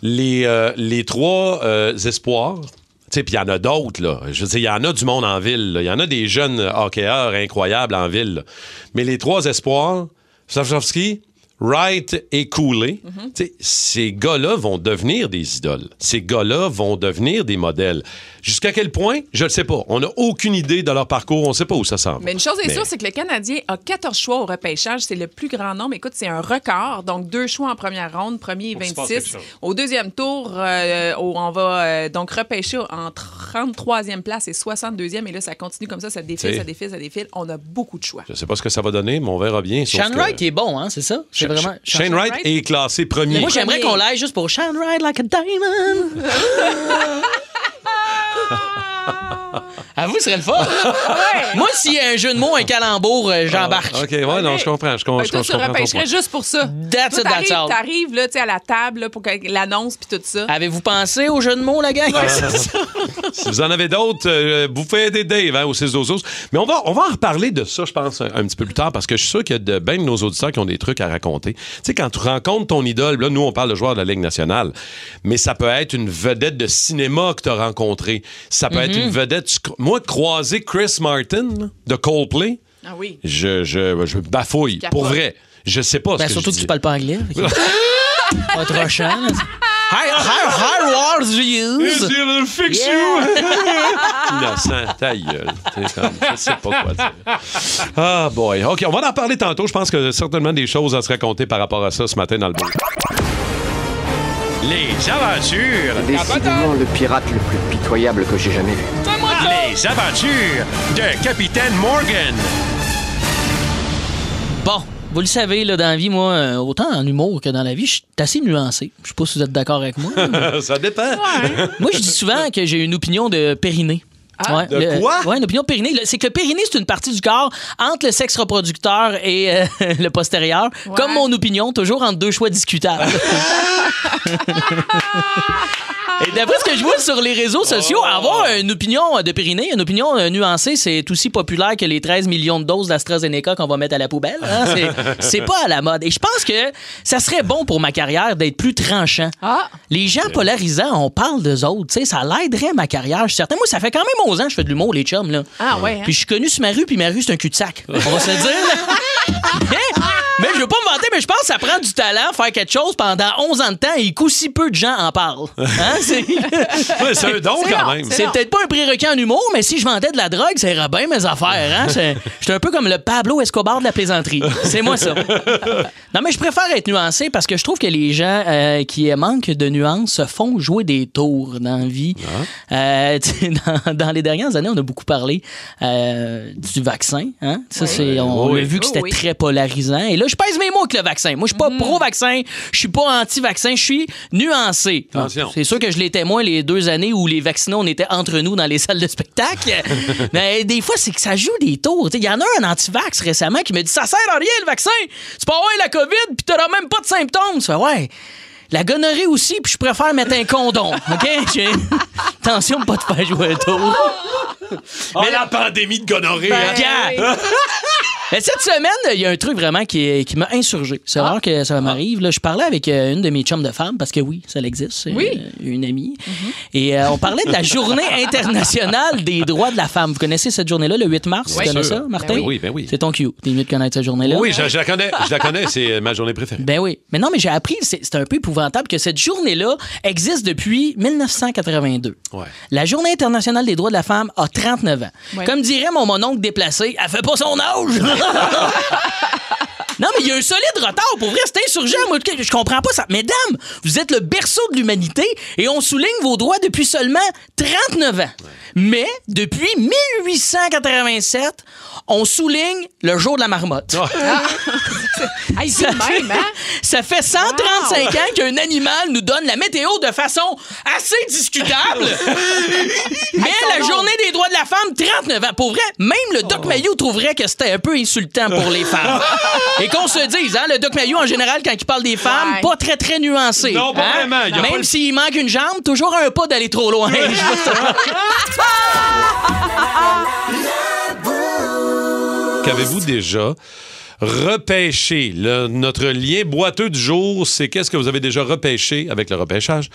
[SPEAKER 1] Les, euh, les trois euh, espoirs, tu sais, puis il y en a d'autres. là. Je veux dire, il y en a du monde en ville. là. Il y en a des jeunes euh, hockeyeurs incroyables en ville. là. Mais les trois espoirs, Slavkovski, Wright et Cooley,
[SPEAKER 4] Mhm.
[SPEAKER 1] tu sais, ces gars-là vont devenir des idoles. Ces gars-là vont devenir des modèles. Jusqu'à quel point, je ne sais pas. On n'a aucune idée de leur parcours. On ne sait pas où ça s'en va.
[SPEAKER 4] Mais une chose est
[SPEAKER 1] Mais-
[SPEAKER 4] sûre, c'est que le Canadien a 14 choix au repêchage. C'est le plus grand nombre. Écoute, c'est un record. Donc, deux choix en première ronde, premier et
[SPEAKER 3] Faut qu'il se passe quelque
[SPEAKER 4] 26.
[SPEAKER 3] chose.
[SPEAKER 4] Au deuxième tour, euh, au- on va euh, donc repêcher en 33e place et 62e. Et là, ça continue comme ça. Ça défile,
[SPEAKER 1] T'sais.
[SPEAKER 4] ça défile, ça défile. On a beaucoup de choix.
[SPEAKER 1] Je sais pas ce que ça va donner, mais on verra bien. sauf
[SPEAKER 2] Shane
[SPEAKER 1] que-
[SPEAKER 2] Wright est bon, hein, c'est ça? C'est
[SPEAKER 1] Sh-
[SPEAKER 2] vraiment.
[SPEAKER 1] Sh- Shane Wright
[SPEAKER 4] Wright.
[SPEAKER 1] est classé premier.
[SPEAKER 2] Moi, j'aimerais
[SPEAKER 4] Premier.
[SPEAKER 2] qu'on l'aille juste pour Shine Wright like a diamond. À vous, ce serait le fun. Moi, s'il y a un jeu de mots, un calembour, euh, j'embarque.
[SPEAKER 1] Ah, OK, ouais, non, je comprends. Je, com-
[SPEAKER 4] Ben,
[SPEAKER 1] je,
[SPEAKER 4] toi,
[SPEAKER 1] je
[SPEAKER 4] tu
[SPEAKER 1] comprends ton
[SPEAKER 4] repêcherais
[SPEAKER 1] point.
[SPEAKER 4] juste pour ça.
[SPEAKER 2] That's
[SPEAKER 4] Toi,
[SPEAKER 2] it, that's
[SPEAKER 4] t'arrives-
[SPEAKER 2] all.
[SPEAKER 4] T'arrives là, tu sais, à la table là, pour que- l'annonce puis tout ça.
[SPEAKER 2] Avez-vous pensé au jeu de mots, la gang?
[SPEAKER 1] Si vous en avez d'autres, euh, vous faites des Dave hein, au 6 12 Mais on va, on va en reparler de ça, je pense, un, un petit peu plus tard, parce que je suis sûr qu'il y a de, ben de nos auditeurs qui ont des trucs à raconter. Tu sais, quand tu rencontres ton idole, là, nous, on parle de joueur de la Ligue nationale, mais ça peut être une vedette de cinéma que tu as rencontrée. Ça peut être une vedette... tu cro- Moi, croiser Chris Martin là, de Coldplay,
[SPEAKER 4] Ah oui.
[SPEAKER 1] je, je, je bafouille.
[SPEAKER 4] Capote.
[SPEAKER 1] Pour vrai. Je sais pas
[SPEAKER 2] Ben,
[SPEAKER 1] ce que
[SPEAKER 2] surtout
[SPEAKER 1] je
[SPEAKER 2] que tu
[SPEAKER 1] dis.
[SPEAKER 2] parles pas anglais. Fait que- Pas trop chiant. là. Hi, hi, hi, what do you use?
[SPEAKER 1] fix Innocent, ta gueule. euh, T'es comme, Je sais pas quoi dire. Ah, boy. OK, on va en parler tantôt. Je pense que certainement des choses à se raconter par rapport à ça ce matin dans le boost. Les aventures,
[SPEAKER 7] Décidément le pirate le plus pitoyable que j'ai jamais vu.
[SPEAKER 1] Ah, les aventures de Capitaine Morgan.
[SPEAKER 2] ah. Bon, vous le savez, là, dans la vie, moi, euh, autant en humour que dans la vie, je suis assez nuancé. Je sais pas si vous êtes d'accord avec moi. mais
[SPEAKER 1] ça dépend.
[SPEAKER 2] moi, je dis souvent que j'ai une opinion de périnée. Ouais,
[SPEAKER 1] De
[SPEAKER 2] le-
[SPEAKER 1] quoi?
[SPEAKER 2] Ouais, une opinion de périnée. Le- C'est que le périnée, c'est une partie du corps entre le sexe reproducteur et euh, le postérieur.
[SPEAKER 4] Ouais.
[SPEAKER 2] Comme mon opinion, toujours entre deux choix discutables. Et d'après ce que je vois sur les réseaux sociaux, avoir une opinion de Pyrénées, une opinion euh, nuancée, c'est aussi populaire que les 13 millions de doses d'AstraZeneca qu'on va mettre à la poubelle. hein. C'est- C'est pas à la mode. Et je pense que ça serait bon pour ma carrière d'être plus tranchant.
[SPEAKER 4] Ah!
[SPEAKER 2] Les gens polarisants, on parle d'eux autres. tu sais, Ça l'aiderait ma carrière, je suis certain. Moi, ça fait quand même 11 ans que je fais de l'humour, les chums. Là.
[SPEAKER 4] Ah ouais, hein?
[SPEAKER 2] Puis je suis connu sur ma rue, puis ma rue, c'est un cul-de-sac. On va se le dire. Mais, mais je veux pas me vanter, mais je pense que ça prend du talent faire quelque chose pendant 11 ans de temps et qu'aussi peu de gens en parlent. Hein, C'est
[SPEAKER 1] Ouais, C'est un don
[SPEAKER 4] C'est
[SPEAKER 1] quand
[SPEAKER 4] long,
[SPEAKER 1] même.
[SPEAKER 2] c'est peut-être pas un prérequis en humour, mais si je vendais de la drogue, ça irait bien mes affaires. Hein? C'est- J'étais un peu comme le Pablo Escobar de la plaisanterie. C'est moi ça. Non, mais je préfère être nuancé parce que je trouve que les gens euh, qui manquent de nuances se font jouer des tours dans la vie.
[SPEAKER 1] Ah.
[SPEAKER 2] Euh, tu sais, dans, dans les dernières années, on a beaucoup parlé euh, du vaccin. Hein? Ça, c'est, on
[SPEAKER 1] Oui.
[SPEAKER 2] l'a vu que c'était
[SPEAKER 4] Oui, oui.
[SPEAKER 2] très polarisant. Et là, je pèse mes mots avec le vaccin. Moi, je suis pas pro-vaccin, je suis pas anti-vaccin, je suis nuancé.
[SPEAKER 1] Attention.
[SPEAKER 2] C'est sûr que je l'étais moins les deux années où les vaccinés, on était entre nous dans les salles de spectacle. Mais des fois, c'est que ça joue des tours. Tu sais, Il y en a un anti-vax récemment qui me dit Ça sert à rien le vaccin. Tu peux avoir la COVID puis tu n'auras même pas de symptômes. Ça fait Ouais. La gonorrhée aussi, puis je préfère mettre un condom. OK? J'ai- Attention de pas te faire jouer un tour.
[SPEAKER 1] Oh, la pandémie de
[SPEAKER 2] Ben
[SPEAKER 1] gonorrhée, hein?
[SPEAKER 2] Regarde! Mais cette semaine, il y a un truc vraiment qui, qui m'a insurgé. C'est rare que ça m'arrive. là. Je parlais avec euh, une de mes chums de femmes, parce que oui, ça existe. c'est,
[SPEAKER 4] Oui.
[SPEAKER 2] euh, Une amie. Et euh, on parlait de la Journée internationale des droits de la femme. Vous connaissez cette journée-là, le 8 mars?
[SPEAKER 1] Oui.
[SPEAKER 2] tu connais
[SPEAKER 1] Sûr.
[SPEAKER 2] ça, Martin?
[SPEAKER 1] Ben oui, ben oui.
[SPEAKER 2] C'est ton cue. T'es mieux de connaître cette journée-là.
[SPEAKER 1] Oui, je, je la connais, je la connais, c'est euh, ma journée préférée.
[SPEAKER 2] Ben oui. Mais non, mais j'ai appris, c'est c'est un peu épouvantable, que cette journée-là existe depuis 1982.
[SPEAKER 1] Ouais.
[SPEAKER 2] La Journée internationale des droits de la femme a 39 ans.
[SPEAKER 4] Ouais.
[SPEAKER 2] Comme dirait mon mononcle déplacé, elle fait pas son âge! Non, mais il y a un solide retard. Pour vrai, c'est insurgent. Moi, je comprends pas ça. Mesdames, vous êtes le berceau de l'humanité et on souligne vos droits depuis seulement 39 ans. Mais depuis 1887, on souligne le jour de la marmotte.
[SPEAKER 4] Ah. Hey, c'est le même, hein?
[SPEAKER 2] Ça fait 135 ans qu'un animal nous donne la météo de façon assez discutable. Mais la journée des droits de la femme, 39 ans. Pour vrai, même le
[SPEAKER 1] Oh.
[SPEAKER 2] Doc Mayou trouverait que c'était un peu insultant pour les femmes. Et qu'on se dise, hein, le Doc Mayou, en général, quand il parle des femmes,
[SPEAKER 4] Ouais.
[SPEAKER 2] pas très, très nuancé.
[SPEAKER 1] Non, pas
[SPEAKER 2] hein?
[SPEAKER 1] vraiment. Il y a pas
[SPEAKER 2] Même
[SPEAKER 1] le-
[SPEAKER 2] s'il manque une jambe, toujours un pas d'aller trop loin. Je veux ça.
[SPEAKER 1] Qu'avez-vous déjà repêché? Le- notre lien boiteux du jour, c'est qu'est-ce que vous avez déjà repêché avec le repêchage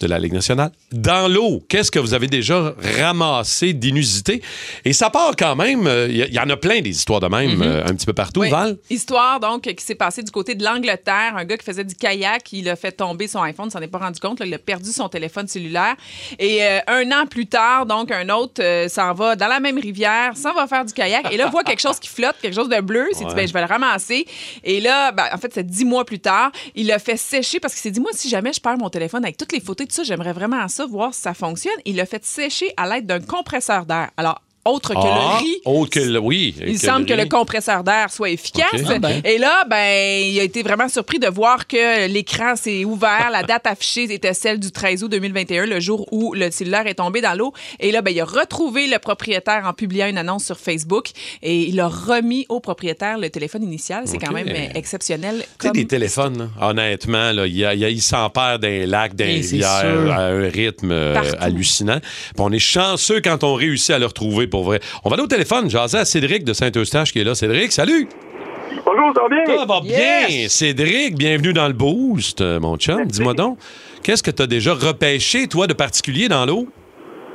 [SPEAKER 1] de la Ligue nationale? Dans l'eau, qu'est-ce que vous avez déjà ramassé d'inusité? Et ça part quand même, euh, il y a- il y, en a plein des histoires de même euh, un petit peu partout,
[SPEAKER 4] Mm-hmm. Oui.
[SPEAKER 1] Val.
[SPEAKER 4] Histoire, donc, qui s'est passée du côté de l'Angleterre. Un gars qui faisait du kayak, il a fait tomber son iPhone, il s'en est pas rendu compte. là, il a perdu son téléphone cellulaire. Et euh, un an plus tard, donc, un autre euh, s'en va dans la même rivière, s'en va faire du kayak. Et là, voit quelque chose qui flotte, quelque chose de bleu. Il s'est dit, ben, je vais le ramasser. Et là, ben, en fait, c'est dix mois plus tard, il l'a fait sécher parce qu'il s'est dit, moi, si jamais je perds mon téléphone avec toutes les photos et tout ça, j'aimerais vraiment ça, voir si ça fonctionne. Il l'a fait sécher à l'aide d'un compresseur d'air. Alors, autre que
[SPEAKER 1] Ah,
[SPEAKER 4] le riz.
[SPEAKER 1] autre que le- oui.
[SPEAKER 4] Il semble que le
[SPEAKER 1] riz.
[SPEAKER 4] compresseur d'air soit efficace.
[SPEAKER 1] Ok.
[SPEAKER 2] Ah ben.
[SPEAKER 4] Et là, ben, il a été vraiment surpris de voir que l'écran s'est ouvert. La date affichée était celle du 13 août 2021, le jour où le cellulaire est tombé dans l'eau. Et là, ben, il a retrouvé le propriétaire en publiant une annonce sur Facebook et il a remis au propriétaire le téléphone initial. C'est quand
[SPEAKER 1] Ok.
[SPEAKER 4] même euh, exceptionnel.
[SPEAKER 1] Tu sais,
[SPEAKER 4] comme-
[SPEAKER 1] des téléphones, là, honnêtement, là, il y a- il y a- il s'en perd des lacs, des
[SPEAKER 2] Et c'est
[SPEAKER 1] rivières,
[SPEAKER 2] sûr.
[SPEAKER 1] à un rythme euh,
[SPEAKER 4] Partout.
[SPEAKER 1] hallucinant. Puis on est chanceux quand on réussit à le retrouver pour vrai. On va aller au téléphone, jaser à Cédric de Saint-Eustache qui est là. Cédric, salut!
[SPEAKER 6] Bonjour, ça va bien?
[SPEAKER 1] Ça va bien! Cédric, bienvenue dans le boost, euh, mon chum. Dis-moi donc, qu'est-ce que tu as déjà repêché, toi, de particulier dans l'eau?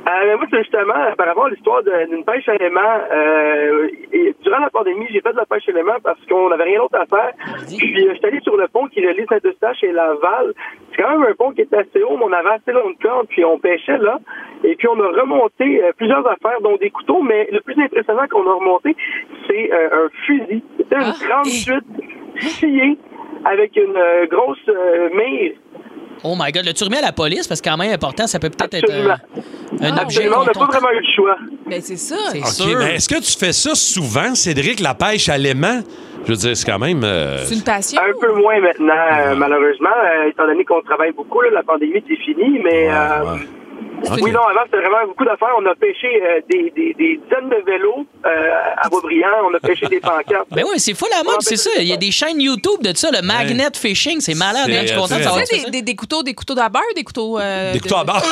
[SPEAKER 6] Euh, mais moi, c'est justement, par rapport à l'histoire de- d'une pêche à l'aimant, euh, et durant la pandémie, j'ai fait de la pêche à l'aimant parce qu'on n'avait rien d'autre à faire. Puis, euh, j'étais allé sur le pont qui relie Saint-Eustache et Laval. C'est quand même un pont qui était assez haut, mais on avait assez longue corde, puis on pêchait là. Et puis, on a remonté euh, plusieurs affaires, dont des couteaux, mais le plus impressionnant qu'on a remonté, c'est euh, un fusil. C'était une 38 sciée avec une euh, grosse euh, mire.
[SPEAKER 2] Oh my God, le tu remis à la police? Parce que quand même, important, ça peut peut-être être euh, un
[SPEAKER 4] Ah,
[SPEAKER 2] objet.
[SPEAKER 6] Absolument, on n'a
[SPEAKER 2] qu'on
[SPEAKER 6] pas vraiment eu le choix.
[SPEAKER 4] Ben, c'est ça.
[SPEAKER 2] C'est
[SPEAKER 1] OK,
[SPEAKER 2] sûr.
[SPEAKER 1] mais est-ce que tu fais ça souvent, Cédric, la pêche à l'aimant? Je veux dire, c'est quand même... euh,
[SPEAKER 4] C'est une passion.
[SPEAKER 6] Un peu moins maintenant, euh, malheureusement, euh, étant donné qu'on travaille beaucoup, là, la pandémie c'est fini, mais euh,
[SPEAKER 1] ouais. Ok.
[SPEAKER 6] oui, non, avant c'était vraiment beaucoup d'affaires. On a pêché euh, des, des, des dizaines de vélos euh, à Boisbriand, on a pêché des pancartes.
[SPEAKER 2] Ben oui, c'est fou la
[SPEAKER 6] Ah,
[SPEAKER 2] mode, c'est ça. Il y a des chaînes YouTube de ça, le magnet fishing, c'est malade.
[SPEAKER 1] C'est,
[SPEAKER 2] hein, je suis
[SPEAKER 1] euh,
[SPEAKER 2] content de
[SPEAKER 1] très-
[SPEAKER 2] savoir
[SPEAKER 4] Tu
[SPEAKER 2] que tu
[SPEAKER 4] sais,
[SPEAKER 2] fais
[SPEAKER 4] des,
[SPEAKER 2] ça.
[SPEAKER 4] des- des couteaux, des couteaux d'abord, des couteaux. euh,
[SPEAKER 1] Des
[SPEAKER 4] de-
[SPEAKER 1] couteaux à barre.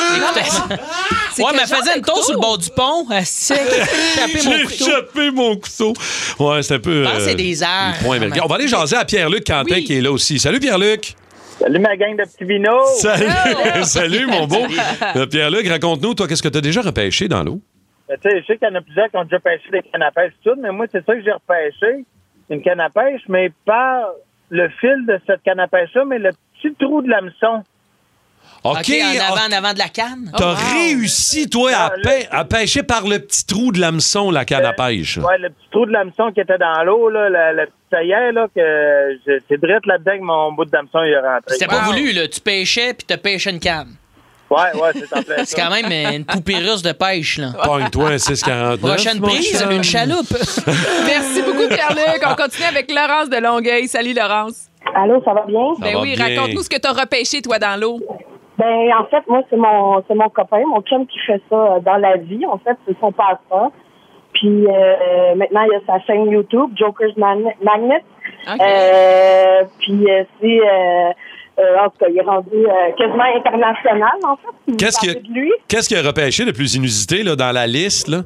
[SPEAKER 4] C'est
[SPEAKER 2] Ouais,
[SPEAKER 4] quel
[SPEAKER 2] mais elle
[SPEAKER 4] genre
[SPEAKER 2] faisait
[SPEAKER 4] de
[SPEAKER 2] une tour sur le
[SPEAKER 4] couteau?
[SPEAKER 2] bord du pont, elle s'est tapé mon
[SPEAKER 1] J'ai
[SPEAKER 2] couteau.
[SPEAKER 1] échappé mon couteau. Ouais, c'est un peu. euh,
[SPEAKER 2] Je pense que c'est des airs.
[SPEAKER 1] le point américain. On va aller jaser à Pierre-Luc Quentin
[SPEAKER 4] Oui.
[SPEAKER 1] qui est là aussi. Salut Pierre-Luc.
[SPEAKER 6] Salut ma gang de petits vinos!
[SPEAKER 1] Salut, salut mon beau. Euh, Pierre-Luc, raconte-nous, toi, qu'est-ce que tu as déjà repêché dans l'eau?
[SPEAKER 6] Ben, tu sais, je sais qu'il y en a plusieurs qui ont déjà pêché des cannes à pêche et tout, mais moi, c'est ça que j'ai repêché. Une canne à pêche, mais par le fil de cette canne à pêche-là, mais le petit trou de l'hameçon.
[SPEAKER 1] OK.
[SPEAKER 2] OK, en avant, Oh,
[SPEAKER 1] ah,
[SPEAKER 2] en avant de la canne.
[SPEAKER 1] T'as réussi, toi, à,
[SPEAKER 6] Ah, là-
[SPEAKER 1] pê- à pêcher par le petit trou de l'hameçon, la canne à pêche.
[SPEAKER 6] Ouais, le petit trou de l'hameçon qui était dans l'eau, là, la, la petite taillère, là, que je- c'est drette là-dedans que mon bout d'hameçon, il est rentré.
[SPEAKER 2] C'était pas
[SPEAKER 4] Wow.
[SPEAKER 2] voulu, là. Tu pêchais, puis t'as pêché une canne.
[SPEAKER 6] Ouais, ouais, c'est en plein
[SPEAKER 2] C'est
[SPEAKER 6] ça.
[SPEAKER 2] quand même euh, une poupée russe de pêche, là.
[SPEAKER 1] Pogne-toi un 649.
[SPEAKER 2] Prochaine
[SPEAKER 1] mon
[SPEAKER 2] prise,
[SPEAKER 1] chum.
[SPEAKER 2] une chaloupe.
[SPEAKER 4] Merci beaucoup, Pierre-Luc. On continue avec Laurence de Longueuil. Salut, Laurence.
[SPEAKER 8] Allô, ça va bien?
[SPEAKER 1] Ça
[SPEAKER 4] Ben
[SPEAKER 1] va
[SPEAKER 4] oui,
[SPEAKER 1] bien.
[SPEAKER 4] raconte-nous ce que t'as repêché, toi, dans l'eau.
[SPEAKER 8] Ben, en fait, moi, c'est mon, c'est mon copain, mon chum qui fait ça euh, dans la vie. En fait, c'est son passe-temps. Puis euh, maintenant, il y a sa chaîne YouTube, Joker's Man- Magnet.
[SPEAKER 4] OK.
[SPEAKER 8] Euh, puis euh, c'est euh, euh, en tout cas, il est rendu euh, quasiment international, en fait. si vous
[SPEAKER 1] Qu'est-ce
[SPEAKER 8] parlez
[SPEAKER 1] qu'il
[SPEAKER 8] de lui?
[SPEAKER 1] qu'est-ce qu'il a repêché de plus inusité là, dans la liste? Là?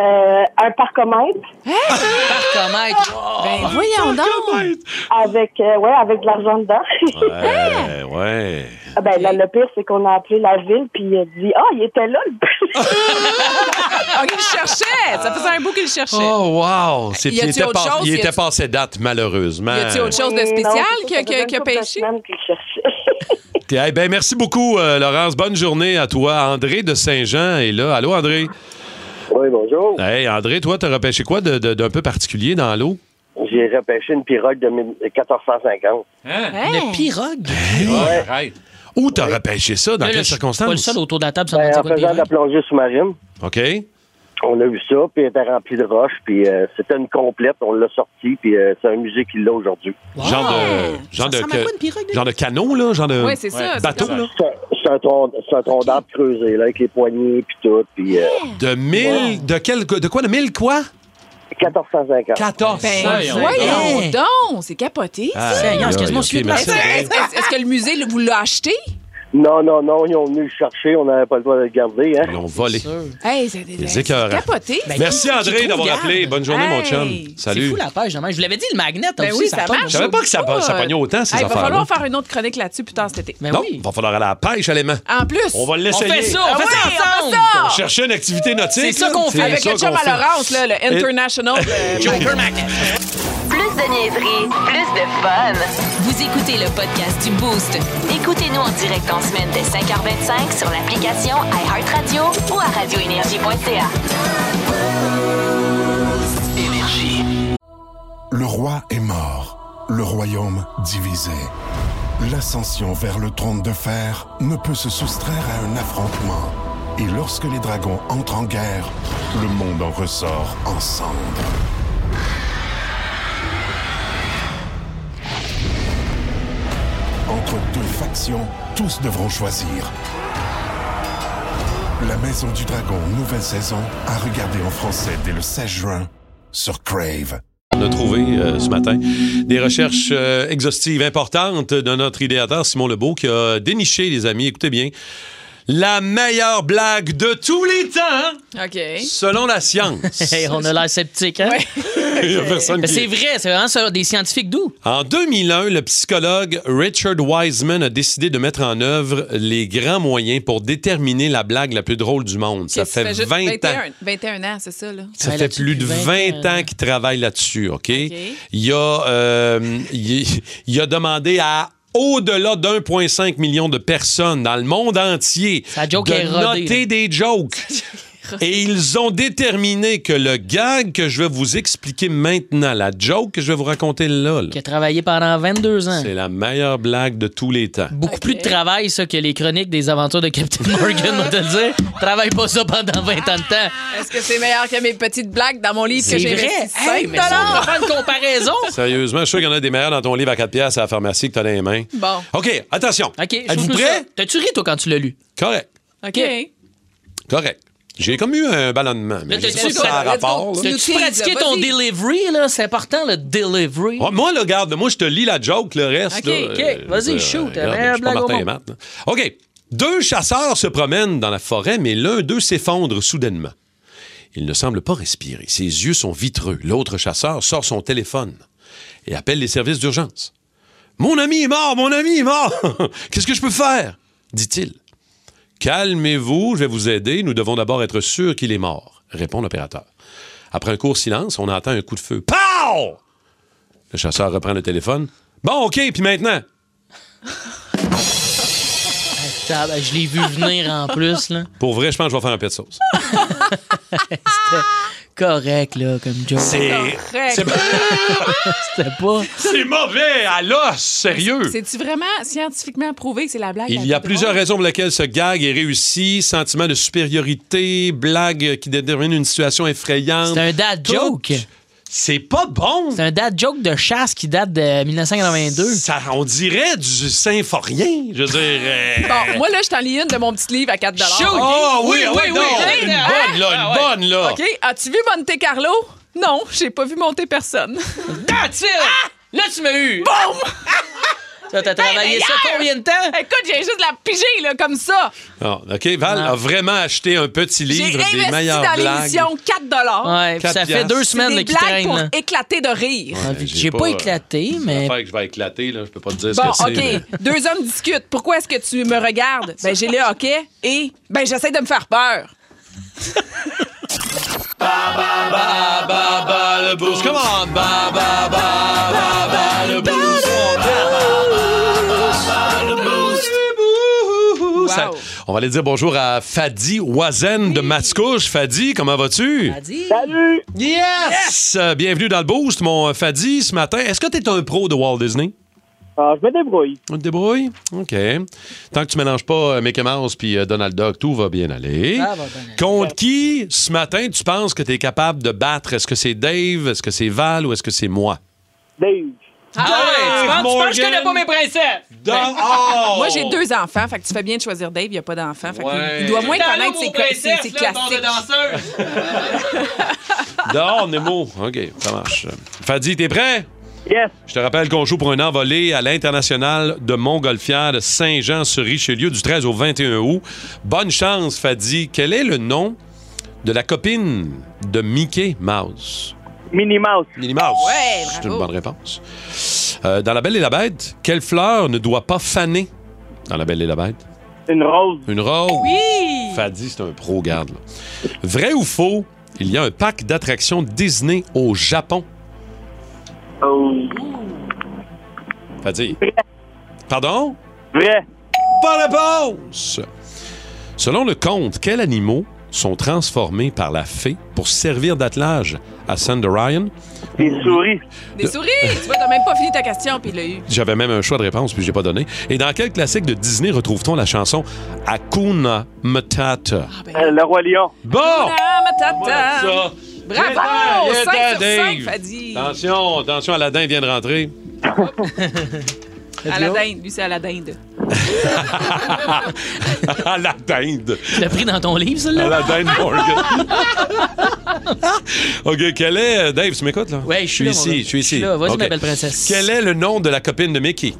[SPEAKER 8] Euh, un parcomètre.
[SPEAKER 2] Parcomètre!
[SPEAKER 4] Hein? Ben, voyons donc!
[SPEAKER 8] Avec, euh, ouais, avec de l'argent dedans.
[SPEAKER 2] Ah!
[SPEAKER 1] Ouais, Euh, ouais.
[SPEAKER 8] Ah ben, là, le pire, c'est qu'on a appelé la ville, puis il a dit Ah, il était là, le
[SPEAKER 4] OK, il cherchait! Ça faisait un bout qu'il cherchait.
[SPEAKER 1] Oh, wow! C'est-
[SPEAKER 4] Y a-t-il
[SPEAKER 1] il était,
[SPEAKER 4] autre
[SPEAKER 1] pas-
[SPEAKER 4] chose?
[SPEAKER 1] il
[SPEAKER 4] Y
[SPEAKER 1] était
[SPEAKER 4] a-t-il-
[SPEAKER 1] passé date, malheureusement.
[SPEAKER 4] Y a-t-il autre chose de
[SPEAKER 8] Oui, Euh, non,
[SPEAKER 4] spécial
[SPEAKER 8] c'est
[SPEAKER 4] qu'il a,
[SPEAKER 8] ça,
[SPEAKER 4] qu'il a- qu'il a pêché?
[SPEAKER 1] Ok, eh ben, merci beaucoup, euh, Laurence. Bonne journée à toi. André de Saint-Jean est là. Allô, André?
[SPEAKER 9] Oui, bonjour.
[SPEAKER 1] Hey, André, toi, t'as repêché quoi de- de- d'un peu particulier dans l'eau?
[SPEAKER 9] J'ai repêché une pirogue de 1450.
[SPEAKER 1] Hein?
[SPEAKER 2] Une pirogue?
[SPEAKER 1] Où t'as repêché ça? Dans
[SPEAKER 2] Là,
[SPEAKER 1] quelles
[SPEAKER 2] je suis
[SPEAKER 1] circonstances?
[SPEAKER 2] Pas le seul autour de la table, ça
[SPEAKER 9] Ben,
[SPEAKER 2] me dit
[SPEAKER 9] en
[SPEAKER 2] quoi de
[SPEAKER 9] faisant de la
[SPEAKER 2] pirogue?
[SPEAKER 9] plongée sous-marine,
[SPEAKER 1] OK.
[SPEAKER 9] on a eu ça, puis elle était remplie de roches, puis euh, c'était une complète, on l'a sortie, puis euh, c'est un musée qui l'a aujourd'hui.
[SPEAKER 2] Ah!
[SPEAKER 1] Genre de. Genre de, que- genre de canot, là? Genre de.
[SPEAKER 9] Ouais, c'est ça, c'est
[SPEAKER 1] Bateau,
[SPEAKER 9] comme-
[SPEAKER 1] là?
[SPEAKER 9] C'est un- C'est un tronc, c'est un tronc d'arbre creusé, là, avec les poignées, puis tout, puis... euh,
[SPEAKER 1] De 1000. De, quel, de quoi? De 1000 quoi?
[SPEAKER 9] 1450.
[SPEAKER 1] 14.
[SPEAKER 4] Ben,
[SPEAKER 2] Eh!
[SPEAKER 4] voyons donc! C'est capoté,
[SPEAKER 1] Ah,
[SPEAKER 4] ça!
[SPEAKER 1] Seigneur, c'est quasiment
[SPEAKER 4] Est-ce que-
[SPEAKER 1] suite, merci.
[SPEAKER 4] Est-ce que- est-ce que le musée le- vous l'a acheté?
[SPEAKER 9] Non, non, non, ils ont venu le chercher, on n'avait pas le droit de le garder, hein.
[SPEAKER 1] Ils ont volé.
[SPEAKER 4] Hey, c'est
[SPEAKER 1] Les écœurants.
[SPEAKER 4] capoté!
[SPEAKER 1] Merci, André, d'avoir appelé. Bonne journée, mon
[SPEAKER 4] Hey,
[SPEAKER 1] chum.
[SPEAKER 2] Ben, C'est
[SPEAKER 1] Salut.
[SPEAKER 2] fou la pêche, demain. Je vous l'avais dit, le magnet
[SPEAKER 4] Ben
[SPEAKER 2] aussi,
[SPEAKER 4] oui,
[SPEAKER 2] ça,
[SPEAKER 4] ça
[SPEAKER 2] pogne.
[SPEAKER 4] marche.
[SPEAKER 1] Je savais pas que ça, ça pognait autant, ces
[SPEAKER 4] Il va
[SPEAKER 1] affaires
[SPEAKER 4] falloir faire une autre chronique là-dessus plus tard cet été.
[SPEAKER 2] Ben
[SPEAKER 1] non, il va falloir aller à la pêche, Alément.
[SPEAKER 4] ben En plus,
[SPEAKER 1] On va l'essayer.
[SPEAKER 4] On fait ça, on
[SPEAKER 1] Ah
[SPEAKER 4] fait ça
[SPEAKER 1] oui,
[SPEAKER 4] ensemble.
[SPEAKER 1] On cherchait une activité nautique.
[SPEAKER 4] C'est ça
[SPEAKER 1] là.
[SPEAKER 4] qu'on fait. Avec
[SPEAKER 1] ça
[SPEAKER 4] le chum
[SPEAKER 1] qu'on
[SPEAKER 4] à
[SPEAKER 1] fait.
[SPEAKER 4] Laurence, là, le
[SPEAKER 1] Et-
[SPEAKER 4] International euh,
[SPEAKER 1] Joker
[SPEAKER 4] Magnet.
[SPEAKER 10] Plus de niaiserie, plus de fun. Vous écoutez le podcast du Boost. Écoutez-nous en direct en semaine dès 5h25 sur l'application iHeartRadio ou à radioénergie.ca.
[SPEAKER 5] Le roi est mort, le royaume divisé. L'ascension vers le trône de fer ne peut se soustraire à un affrontement. Et lorsque les dragons entrent en guerre, le monde en ressort ensemble. Entre deux factions, tous devront choisir. La Maison du Dragon, nouvelle saison, à regarder en français dès le 16 juin sur Crave.
[SPEAKER 1] On a trouvé euh, ce matin des recherches euh, exhaustives importantes de notre idéateur Simon Lebeau qui a déniché, les amis, écoutez bien, la meilleure blague de tous les temps
[SPEAKER 4] OK.
[SPEAKER 1] selon la science.
[SPEAKER 2] Hey, on a l'air sceptique, hein?
[SPEAKER 1] Il y a personne
[SPEAKER 2] Ben,
[SPEAKER 1] qui-
[SPEAKER 2] c'est vrai, c'est vraiment ça, des scientifiques d'où?
[SPEAKER 1] En 2001, le psychologue Richard Wiseman a décidé de mettre en œuvre les grands moyens pour déterminer la blague la plus drôle du monde. Ça
[SPEAKER 4] Qu'est-ce que
[SPEAKER 1] fait
[SPEAKER 4] tu fais juste
[SPEAKER 1] 20 ans.
[SPEAKER 4] 21, 21 ans, c'est ça, là.
[SPEAKER 1] Ça fait plus de 20 ans qu'il travaille là-dessus, OK? Il, a, euh, il- il a demandé à au-delà d'1,5 million de personnes dans le monde entier
[SPEAKER 2] joke
[SPEAKER 1] de
[SPEAKER 2] est rodée,
[SPEAKER 1] noter des jokes. Et ils ont déterminé que le gag que je vais vous expliquer maintenant, la joke que je vais vous raconter là, là,
[SPEAKER 2] Qui a travaillé pendant 22 ans.
[SPEAKER 1] c'est la meilleure blague de tous les temps.
[SPEAKER 2] Hein. Beaucoup plus de travail, ça, que les chroniques des aventures de Captain Morgan, on va te le dire. Travaille pas ça pendant 20 ans de temps.
[SPEAKER 4] Est-ce que c'est meilleur que mes petites blagues dans mon livre que
[SPEAKER 2] C'est
[SPEAKER 4] j'ai
[SPEAKER 2] vrai.
[SPEAKER 4] investi
[SPEAKER 2] Hey,
[SPEAKER 4] 5
[SPEAKER 2] mais ça, on va
[SPEAKER 4] dollars?
[SPEAKER 2] faire une comparaison.
[SPEAKER 1] Sérieusement, je suis sûr qu'il y en a des meilleurs dans ton livre à 4 piastres à la pharmacie que t'as dans les mains.
[SPEAKER 4] Bon.
[SPEAKER 1] OK, attention.
[SPEAKER 2] OK,
[SPEAKER 1] Êtes-vous
[SPEAKER 2] chose-nous
[SPEAKER 1] prêts?
[SPEAKER 2] ça. T'as-tu ri, toi, quand tu l'as lu?
[SPEAKER 1] Correct.
[SPEAKER 4] OK.
[SPEAKER 1] Correct. J'ai comme eu un ballonnement, mais
[SPEAKER 2] Là,
[SPEAKER 1] je
[SPEAKER 2] t'as-tu
[SPEAKER 1] sais pas si ça a
[SPEAKER 2] t'as-
[SPEAKER 1] rapport. là.
[SPEAKER 2] t'as-tu
[SPEAKER 4] Nous
[SPEAKER 2] pratiqué
[SPEAKER 4] tease,
[SPEAKER 2] ton
[SPEAKER 4] vas-y.
[SPEAKER 2] delivery, là? C'est important, le delivery.
[SPEAKER 1] Ouais, Ah, moi, là, regarde, moi, je te lis la joke, le reste.
[SPEAKER 2] OK,
[SPEAKER 1] là,
[SPEAKER 2] OK.
[SPEAKER 1] euh,
[SPEAKER 2] Vas-y,
[SPEAKER 1] euh,
[SPEAKER 2] shoot.
[SPEAKER 1] regarde,
[SPEAKER 2] La
[SPEAKER 1] je suis pas
[SPEAKER 2] blague au
[SPEAKER 1] Martin et
[SPEAKER 2] monde.
[SPEAKER 1] Matt, là. OK. Deux chasseurs se promènent dans la forêt, mais l'un d'eux s'effondre soudainement. Il ne semble pas respirer. Ses yeux sont vitreux. L'autre chasseur sort son téléphone et appelle les services d'urgence. Mon ami est mort, mon ami est mort. Qu'est-ce que je peux faire dit-il. Calmez-vous, je vais vous aider. Nous devons d'abord être sûrs qu'il est mort, répond l'opérateur. Après un court silence, on entend un coup de feu. Pow! Le chasseur reprend le téléphone. Bon, OK, puis maintenant?
[SPEAKER 2] Ah, ben, je l'ai vu venir en plus, là.
[SPEAKER 1] Pour vrai, je pense que je vais faire un pet de sauce.
[SPEAKER 2] Correct, là, comme joke.
[SPEAKER 1] C'est.
[SPEAKER 4] Correct.
[SPEAKER 2] C'était pas...
[SPEAKER 1] C'est mauvais, à l'os, sérieux!
[SPEAKER 4] C'est-tu vraiment scientifiquement prouvé que c'est la blague?
[SPEAKER 1] Il
[SPEAKER 4] la
[SPEAKER 1] y a
[SPEAKER 4] plus
[SPEAKER 1] plusieurs
[SPEAKER 4] drôle?
[SPEAKER 1] raisons pour lesquelles ce gag est réussi. Sentiment de supériorité, blague qui détermine une situation effrayante.
[SPEAKER 2] C'est un dad
[SPEAKER 1] Tout.
[SPEAKER 2] joke.
[SPEAKER 1] C'est pas bon!
[SPEAKER 2] C'est un dad joke de chasse qui date de 1982.
[SPEAKER 1] Ça, on dirait du symphorien, je veux dire. euh,
[SPEAKER 4] Bon, moi, là, je t'en lis une de mon petit livre à 4
[SPEAKER 2] Shoot!
[SPEAKER 1] Ah
[SPEAKER 4] OK?
[SPEAKER 1] oui, ah oui, non, une
[SPEAKER 4] Hein?
[SPEAKER 1] bonne, là, une bonne, là.
[SPEAKER 4] OK. As-tu vu Monte Carlo? Non, j'ai pas vu monter personne. Ah!
[SPEAKER 2] That's it! Là, tu m'as eu! Boum! Ça, t'as travaillé ça combien de temps?
[SPEAKER 4] Écoute, j'ai juste la pigée, là, comme ça.
[SPEAKER 1] Non, OK, Val
[SPEAKER 2] Ah.
[SPEAKER 1] a vraiment acheté un petit
[SPEAKER 4] J'ai
[SPEAKER 1] livre des
[SPEAKER 4] investi
[SPEAKER 1] meilleures
[SPEAKER 4] dans
[SPEAKER 1] blagues.
[SPEAKER 4] l'émission 4
[SPEAKER 2] Ouais, puis ça
[SPEAKER 1] Quatre
[SPEAKER 2] fait
[SPEAKER 1] piastres.
[SPEAKER 2] deux semaines là,
[SPEAKER 4] Des
[SPEAKER 2] qu'il
[SPEAKER 4] blagues
[SPEAKER 2] traîne.
[SPEAKER 4] pour
[SPEAKER 2] là.
[SPEAKER 4] éclater de rire.
[SPEAKER 1] Ouais,
[SPEAKER 2] J'ai pas, éclaté,
[SPEAKER 1] C'est
[SPEAKER 2] mais.
[SPEAKER 1] l'affaire que je vais éclater, là. Je peux pas te dire
[SPEAKER 4] Bon,
[SPEAKER 1] ce que
[SPEAKER 4] OK.
[SPEAKER 1] c'est.
[SPEAKER 4] Deux hommes discutent. Pourquoi est-ce que tu me regardes? Ben, j'ai le hockey et, ben, j'essaie de me faire peur.
[SPEAKER 1] Ba, ba, ba, le boost. Come on. Ba, ba, ba, ba, ba, le boost. Ça- hein. On va aller dire bonjour à Fadi Wazen de Mascouche. Fadi, comment vas-tu?
[SPEAKER 11] Salut!
[SPEAKER 1] Yes! Euh, Bienvenue dans le Boost, mon euh, Fadi, ce matin. Est-ce que tu es un pro de Walt Disney?
[SPEAKER 11] Ah, je me débrouille.
[SPEAKER 1] On te débrouille? OK. Tant que tu mélanges pas euh, Mickey Mouse puis euh, Donald Duck, tout va bien aller.
[SPEAKER 11] Ça va bien aller.
[SPEAKER 1] Contre qui, ce matin, tu penses que tu es capable de battre? Est-ce que c'est Dave? Est-ce que c'est Val ou est-ce que c'est moi?
[SPEAKER 11] Dave.
[SPEAKER 2] Ah ouais, tu penses, tu penses que je connais pas mes princesses? Ben,
[SPEAKER 1] Dehors!
[SPEAKER 4] Ben, Moi, j'ai deux enfants. Fait que tu fais bien de choisir Dave. Il n'y a pas d'enfants. Fait que
[SPEAKER 1] Ouais.
[SPEAKER 4] Il doit moins
[SPEAKER 2] Dans
[SPEAKER 4] connaître
[SPEAKER 2] nos
[SPEAKER 4] ses,
[SPEAKER 2] princesses,
[SPEAKER 4] ses- ses
[SPEAKER 2] là, bande de
[SPEAKER 4] classiques.
[SPEAKER 1] Dehors, Nemo. OK, ça marche. Fadi, t'es prêt?
[SPEAKER 11] Yes.
[SPEAKER 1] Je te rappelle qu'on joue pour un envolé à l'international de Montgolfière de Saint-Jean-sur-Richelieu du 13 au 21 août. Bonne chance, Fadi. Quel est le nom de la copine de Mickey Mouse?
[SPEAKER 11] Minnie Mouse.
[SPEAKER 1] Minnie Mouse.
[SPEAKER 11] Ah Ouais,
[SPEAKER 1] C'est une
[SPEAKER 11] bravo.
[SPEAKER 1] bonne réponse. Euh, dans La Belle et la Bête, quelle fleur ne doit pas faner dans La Belle et la Bête?
[SPEAKER 11] Une rose.
[SPEAKER 1] Une rose.
[SPEAKER 11] Oui.
[SPEAKER 1] Fadi, c'est un pro, garde. là. Vrai ou faux, il y a un parc d'attractions Disney au Japon.
[SPEAKER 9] Euh,
[SPEAKER 1] Fadi. Pardon?
[SPEAKER 11] Vrai.
[SPEAKER 1] Bonne réponse! Selon le conte, quels animaux sont transformés par la fée pour servir d'attelage à Sandra Ryan? Des
[SPEAKER 11] souris.
[SPEAKER 4] Des souris! Tu vois, t'as même pas fini ta question, puis il l'a eu.
[SPEAKER 1] J'avais même un choix de réponse, puis je l'ai pas donné. Et dans quel classique de Disney retrouve-t-on la chanson Hakuna Matata?
[SPEAKER 11] Euh, le roi lion.
[SPEAKER 1] Bon!
[SPEAKER 4] Ah, ma tata.
[SPEAKER 1] Voilà Oh! ça.
[SPEAKER 4] Bravo!
[SPEAKER 1] Viens-t'en,
[SPEAKER 4] 5 sur
[SPEAKER 1] viens-t'en,
[SPEAKER 4] 5,
[SPEAKER 1] Dave.
[SPEAKER 4] Fadi.
[SPEAKER 1] Attention, attention, Aladdin vient de rentrer.
[SPEAKER 4] À la dinde. Lui, c'est à la dinde.
[SPEAKER 1] à la dinde.
[SPEAKER 2] Tu l'as pris dans ton livre, celle-là?
[SPEAKER 1] À la dinde, Morgan. OK, quel est... euh, Dave, tu m'écoutes, là? Oui, je
[SPEAKER 2] suis là, mon gars.
[SPEAKER 1] ici, je suis
[SPEAKER 2] Je suis
[SPEAKER 1] ici.
[SPEAKER 2] là. Vas-y,
[SPEAKER 1] OK.
[SPEAKER 2] ma belle princesse.
[SPEAKER 1] Quel est le nom de la copine de Mickey?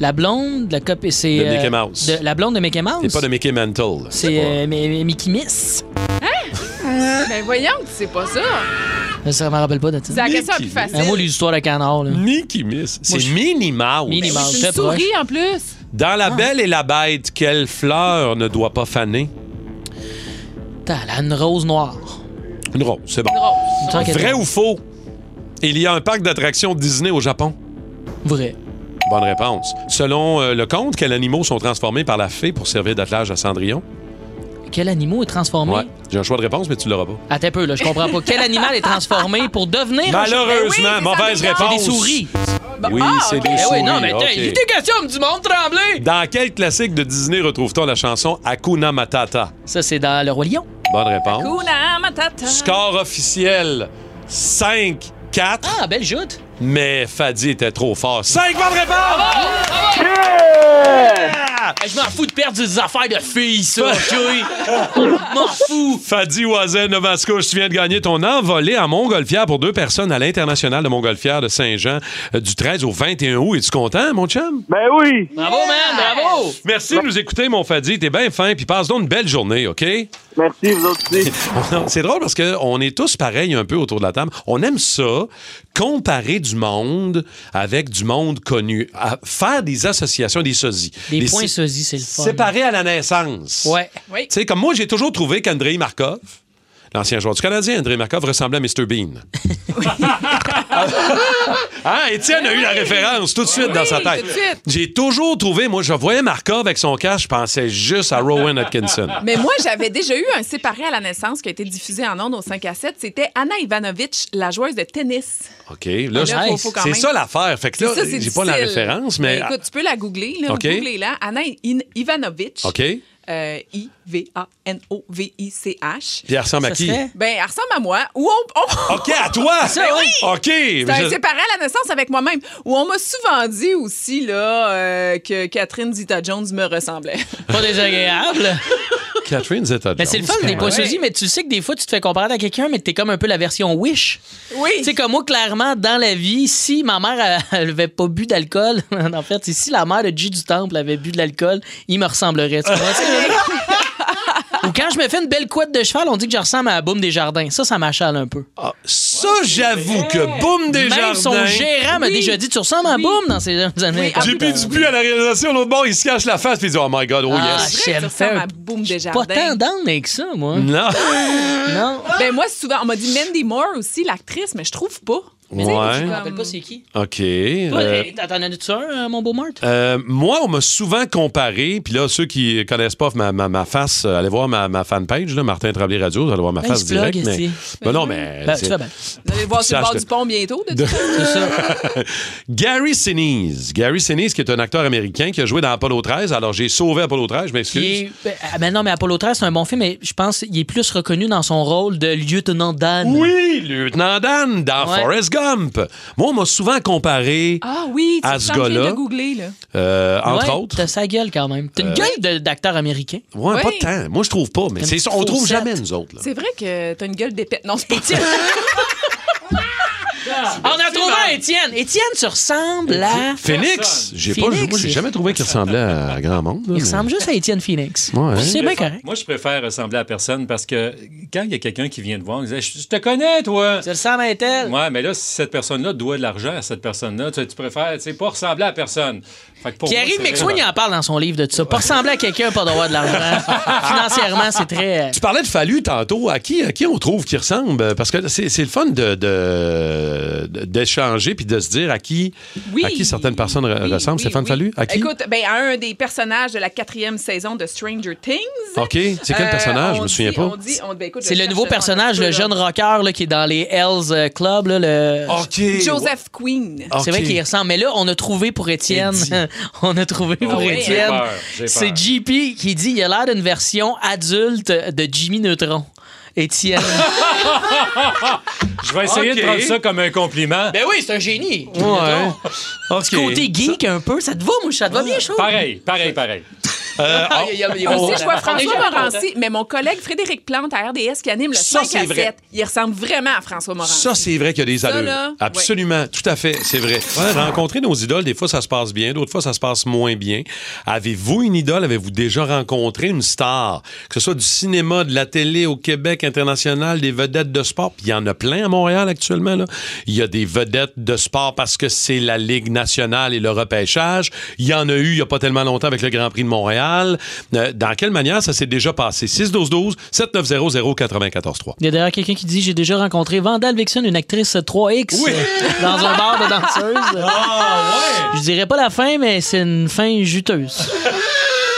[SPEAKER 2] La blonde, la copie, c'est.
[SPEAKER 1] De
[SPEAKER 2] euh,
[SPEAKER 1] Mickey Mouse.
[SPEAKER 2] de- la blonde de Mickey Mouse?
[SPEAKER 1] C'est pas de Mickey Mantle.
[SPEAKER 2] C'est euh, Mi- Mickey Miss.
[SPEAKER 4] ben voyons que c'est pas ça.
[SPEAKER 2] Ça, Ça me rappelle pas de ça.
[SPEAKER 4] C'est la question la plus
[SPEAKER 2] Un mot,
[SPEAKER 4] facile.
[SPEAKER 2] les histoires de canard. Là.
[SPEAKER 1] Mickey Miss. C'est
[SPEAKER 2] je-
[SPEAKER 1] Minnie Mouse.
[SPEAKER 2] Minnie Mouse,
[SPEAKER 4] C'est Ben,
[SPEAKER 2] très
[SPEAKER 4] une
[SPEAKER 2] proche. Ah.
[SPEAKER 4] souris en plus.
[SPEAKER 1] Dans La Belle et la Bête, quelle fleur ne doit pas faner?
[SPEAKER 2] T'as là, une rose noire.
[SPEAKER 1] Une rose, c'est bon.
[SPEAKER 2] Une rose.
[SPEAKER 1] Vrai ou faux? Il y a un parc d'attractions Disney au Japon.
[SPEAKER 2] Vrai.
[SPEAKER 1] Bonne réponse. Selon euh, le conte, quels animaux sont transformés par la fée pour servir d'attelage à Cendrillon?
[SPEAKER 2] Quel animal est transformé?
[SPEAKER 1] Ouais. J'ai un choix de réponse, mais tu l'auras pas.
[SPEAKER 2] Attends un peu, là, je comprends pas. Quel animal est transformé pour devenir.
[SPEAKER 1] Malheureusement,
[SPEAKER 2] Ben oui,
[SPEAKER 1] mauvaise
[SPEAKER 2] c'est
[SPEAKER 1] réponse.
[SPEAKER 2] des souris.
[SPEAKER 1] Oui, c'est des
[SPEAKER 2] Ben
[SPEAKER 1] souris.
[SPEAKER 2] oui, non, mais
[SPEAKER 1] OK.
[SPEAKER 2] t'as il y a des questions du monde tremblé.
[SPEAKER 1] Dans quel classique de Disney retrouve-t-on la chanson Hakuna Matata?
[SPEAKER 2] Ça, c'est dans Le Roi Lion.
[SPEAKER 1] Bonne réponse.
[SPEAKER 4] Kuna matata.
[SPEAKER 1] Score officiel 5-4.
[SPEAKER 2] Ah, belle joute.
[SPEAKER 1] Mais Fadi était trop fort. 5 bonnes réponses!
[SPEAKER 2] Hey, Je m'en fous de perdre des affaires de filles, ça, OK? m'en fous.
[SPEAKER 1] Fadi Oisin de Mascouche, tu viens de gagner ton envolée à Montgolfière pour deux personnes à l'international de Montgolfière de Saint-Jean euh, du 13 au 21 août. Es-tu content, mon chum?
[SPEAKER 11] Ben oui.
[SPEAKER 2] Bravo, man, bravo.
[SPEAKER 1] Merci de nous écouter, mon Fadi. T'es bien fin, puis passe donc une belle journée, OK?
[SPEAKER 11] Merci, vous autres aussi.
[SPEAKER 1] C'est drôle parce qu'on est tous pareils un peu autour de la table. On aime ça, comparer du monde avec du monde connu, à faire des associations, des sosies.
[SPEAKER 2] Des
[SPEAKER 1] Des
[SPEAKER 2] points
[SPEAKER 1] si-
[SPEAKER 2] sosies, c'est le fun.
[SPEAKER 1] Séparés à la naissance.
[SPEAKER 2] Ouais.
[SPEAKER 4] Oui.
[SPEAKER 1] Tu sais, comme moi, j'ai toujours trouvé qu'Andrei Markov, l'ancien joueur du Canadien, Andrei Markov, ressemblait à Mr. Bean. Hein, Étienne a eu la référence tout de suite dans sa tête.
[SPEAKER 4] tout de suite.
[SPEAKER 1] J'ai toujours trouvé, moi, je voyais Markov avec son casque, je pensais juste à Rowan Atkinson.
[SPEAKER 4] Mais moi, j'avais déjà eu un séparé à la naissance qui a été diffusé en ondes au 5 à 7. C'était Anna Ivanovic, la joueuse de tennis.
[SPEAKER 1] OK, là,
[SPEAKER 4] Là, faut-
[SPEAKER 1] c'est-
[SPEAKER 4] faut quand
[SPEAKER 1] c'est
[SPEAKER 4] même.
[SPEAKER 1] ça l'affaire. Fait que là,
[SPEAKER 4] C'est ça, c'est
[SPEAKER 1] j'ai pas la
[SPEAKER 4] difficile. Ben,
[SPEAKER 1] référence, mais.
[SPEAKER 4] écoute, tu peux la googler. Là,
[SPEAKER 1] OK.
[SPEAKER 4] Googlez-la. Anna In- Ivanovic.
[SPEAKER 1] OK. Puis
[SPEAKER 4] Euh, I-V-A-N-O-V-I-C-H.
[SPEAKER 1] elle ressemble à qui?
[SPEAKER 4] Ben, elle ressemble à moi. Ou on... on-
[SPEAKER 1] OK, à toi!
[SPEAKER 4] Ça, oui!
[SPEAKER 1] OK!
[SPEAKER 4] C'est un
[SPEAKER 1] je-
[SPEAKER 4] séparé à la naissance avec moi-même. Où on m'a souvent dit aussi là, euh, que Catherine Zita-Jones me ressemblait.
[SPEAKER 2] Pas désagréable.
[SPEAKER 1] Catherine Zeta-Jones.
[SPEAKER 2] Mais Ben, c'est le fun des
[SPEAKER 1] quand même.
[SPEAKER 2] poissosies, mais tu sais que des fois, tu te fais comparer à quelqu'un, mais t'es comme un peu la version Wish.
[SPEAKER 4] Oui.
[SPEAKER 2] Tu sais, comme moi, clairement, dans la vie, si ma mère elle, elle avait pas bu d'alcool, en fait, c'est si la mère de J du Temple avait bu de l'alcool, il me ressemblerait. Tu comprends? Tu sais, Ou quand je me fais une belle couette de cheval, on dit que je ressemble à la Boum des Jardins. Ça, ça m'achale un peu.
[SPEAKER 1] Ça, j'avoue que Boum des
[SPEAKER 2] Même son gérant m'a déjà dit Tu ressembles à Boum dans ces années.
[SPEAKER 1] JP Dupuis à la réalisation, l'autre bord, il se cache la face puis il dit Oh my God, oh
[SPEAKER 2] Ah,
[SPEAKER 1] yes.
[SPEAKER 2] j'aime
[SPEAKER 4] ressemble
[SPEAKER 2] faire-
[SPEAKER 4] à Boom
[SPEAKER 2] Pas
[SPEAKER 4] Desjardins.
[SPEAKER 2] tant down avec ça, moi.
[SPEAKER 1] Non.
[SPEAKER 2] non.
[SPEAKER 4] Ben moi, souvent, on m'a dit Mandy Moore aussi, l'actrice, mais je trouve pas.
[SPEAKER 1] Ouais.
[SPEAKER 2] Je me rappelle pas c'est qui.
[SPEAKER 1] OK.
[SPEAKER 2] Toi,
[SPEAKER 1] euh,
[SPEAKER 2] t'en- T'en as-tu un, euh, mon beau Mart?
[SPEAKER 1] Euh, moi, on m'a souvent comparé, puis là, ceux qui connaissent pas ma, ma- ma face, euh, allez voir ma, ma fanpage, là, Martin Tremblay Radio, vous allez voir ma
[SPEAKER 2] Ben, il
[SPEAKER 1] face
[SPEAKER 2] se plug,
[SPEAKER 1] direct. Mais,
[SPEAKER 2] est-ce
[SPEAKER 1] Ben non, mais.
[SPEAKER 2] Ben,
[SPEAKER 1] c'est-
[SPEAKER 2] tu fais bien.
[SPEAKER 4] Vous allez voir sur le
[SPEAKER 1] Sache
[SPEAKER 4] bord
[SPEAKER 1] que-
[SPEAKER 4] du pont bientôt. De...
[SPEAKER 1] de- Gary Sinise. Gary Sinise, qui est un acteur américain qui a joué dans Apollo 13. Alors, j'ai sauvé Apollo 13, je m'excuse.
[SPEAKER 2] Qui est- ben, ah, ben non, mais Apollo 13, c'est un bon film, mais je pense qu'il est plus reconnu dans son rôle de lieutenant Dan.
[SPEAKER 1] Oui, lieutenant Dan dans
[SPEAKER 2] Ouais.
[SPEAKER 1] Forrest Gump. Moi, on m'a souvent comparé
[SPEAKER 4] Ah oui, tu
[SPEAKER 1] à
[SPEAKER 4] me
[SPEAKER 1] ce
[SPEAKER 4] sembles que je viens
[SPEAKER 1] gars-là,
[SPEAKER 4] de googler, là.
[SPEAKER 1] euh, entre
[SPEAKER 2] Ouais,
[SPEAKER 1] autres.
[SPEAKER 2] T'as sa gueule quand même. T'as une
[SPEAKER 1] Euh,
[SPEAKER 2] gueule de- d'acteur américain.
[SPEAKER 1] Ouais,
[SPEAKER 4] Oui.
[SPEAKER 1] pas tant. Moi, je trouve pas, mais
[SPEAKER 2] Une
[SPEAKER 1] c'est
[SPEAKER 2] petite
[SPEAKER 1] on trouve
[SPEAKER 2] faussette.
[SPEAKER 1] jamais nous autres. là.
[SPEAKER 4] C'est vrai que t'as une gueule d'épée. Non, c'est pas
[SPEAKER 2] Ah, On a trouvé un Étienne. Étienne, tu ressembles à.
[SPEAKER 1] Phoenix, j'ai pas,
[SPEAKER 2] Phoenix,
[SPEAKER 1] moi, j'ai
[SPEAKER 2] il-
[SPEAKER 1] jamais trouvé qu'il ressemblait à grand monde.
[SPEAKER 2] Il
[SPEAKER 1] là, mais-
[SPEAKER 2] ressemble juste à Étienne Phoenix.
[SPEAKER 1] Ouais, hein.
[SPEAKER 2] C'est bien correct.
[SPEAKER 3] Moi, je préfère ressembler à personne parce que quand il y a quelqu'un qui vient te voir, on disait Je je te connais, toi.
[SPEAKER 2] Tu ressembles à un tel.
[SPEAKER 3] Ouais, mais là, si cette personne-là doit de l'argent à cette personne-là, tu, tu préfères, tu sais, pas ressembler à personne. Fait que pour moi,
[SPEAKER 2] Pierre-Yves
[SPEAKER 3] c'est
[SPEAKER 2] McSween, il
[SPEAKER 3] vraiment-
[SPEAKER 2] en parle dans son livre de tout ça. Pas ressembler à quelqu'un, pas d'avoir de l'argent. Financièrement, c'est très. euh,
[SPEAKER 1] Tu parlais de Fallu tantôt. À qui, à qui on trouve qu'il ressemble? Parce que c'est, c'est le fun de, de- de- d'échanger puis de se dire à qui,
[SPEAKER 4] Oui.
[SPEAKER 1] à qui certaines personnes re- ressemblent. Stéphane Fallu? À qui?
[SPEAKER 4] Écoute, ben, à un des personnages de la quatrième saison de Stranger Things.
[SPEAKER 1] OK. C'est quel
[SPEAKER 4] Euh,
[SPEAKER 1] personnage? Je
[SPEAKER 4] on
[SPEAKER 1] me souviens
[SPEAKER 4] dit-
[SPEAKER 1] pas.
[SPEAKER 4] on dit- on- ben, écoute, je
[SPEAKER 2] C'est le
[SPEAKER 4] cherche
[SPEAKER 2] nouveau
[SPEAKER 4] pendant un
[SPEAKER 2] personnage,
[SPEAKER 4] peu,
[SPEAKER 2] le
[SPEAKER 4] là.
[SPEAKER 2] jeune rocker là, qui est dans les Hells euh, Club. là, le...
[SPEAKER 1] OK.
[SPEAKER 4] Joseph Queen.
[SPEAKER 2] C'est vrai
[SPEAKER 1] Ok.
[SPEAKER 2] qu'il y ressemble. Mais là, on a trouvé pour Étienne. on a trouvé
[SPEAKER 3] Ah
[SPEAKER 2] pour
[SPEAKER 3] oui, j'ai
[SPEAKER 2] Étienne.
[SPEAKER 3] peur, j'ai peur.
[SPEAKER 2] C'est JP qui dit il a l'air d'une version adulte de Jimmy Neutron. Étienne.
[SPEAKER 3] Je vais essayer
[SPEAKER 1] Ok.
[SPEAKER 3] de prendre ça comme un compliment.
[SPEAKER 2] ben oui, c'est un génie.
[SPEAKER 1] Ouais. OK.
[SPEAKER 2] Petit côté geek un peu, ça te va, moi, ça te va bien chaud.
[SPEAKER 3] Pareil, pareil, pareil. oh.
[SPEAKER 1] Euh,
[SPEAKER 2] Ah, il y a- il y a-
[SPEAKER 4] Aussi, je vois
[SPEAKER 2] On est
[SPEAKER 4] François
[SPEAKER 2] jamais
[SPEAKER 4] Morancy, mais mon collègue Frédéric Plante à RDS qui anime le
[SPEAKER 1] Ça,
[SPEAKER 4] 5 à
[SPEAKER 1] c'est vrai.
[SPEAKER 4] 7. Il ressemble vraiment à François Morancy.
[SPEAKER 1] Ça, c'est vrai qu'il y a des
[SPEAKER 4] Ça,
[SPEAKER 1] allures.
[SPEAKER 4] là, ouais.
[SPEAKER 1] Absolument, tout à fait, c'est vrai. Ouais, rencontrer nos idoles, des fois, ça se passe bien, d'autres fois, ça se passe moins bien. Avez-vous une idole? Avez-vous déjà rencontré une star? Que ce soit du cinéma, de la télé, au Québec, international, des vedettes de sport. Puis il y en a plein à Montréal actuellement. là. Il y a des vedettes de sport parce que c'est la Ligue nationale et le repêchage. Il y en a eu il n'y a pas tellement longtemps avec le Grand Prix de Montréal. Euh, dans quelle manière ça s'est déjà passé? 6-12-12, 7-900-94-3.
[SPEAKER 2] Il y a d'ailleurs quelqu'un qui dit J'ai déjà rencontré Vandal Vixen, une actrice 3X,
[SPEAKER 1] Oui.
[SPEAKER 2] euh, dans un bar de danseuse. Je dirais pas la fin, mais c'est une fin juteuse.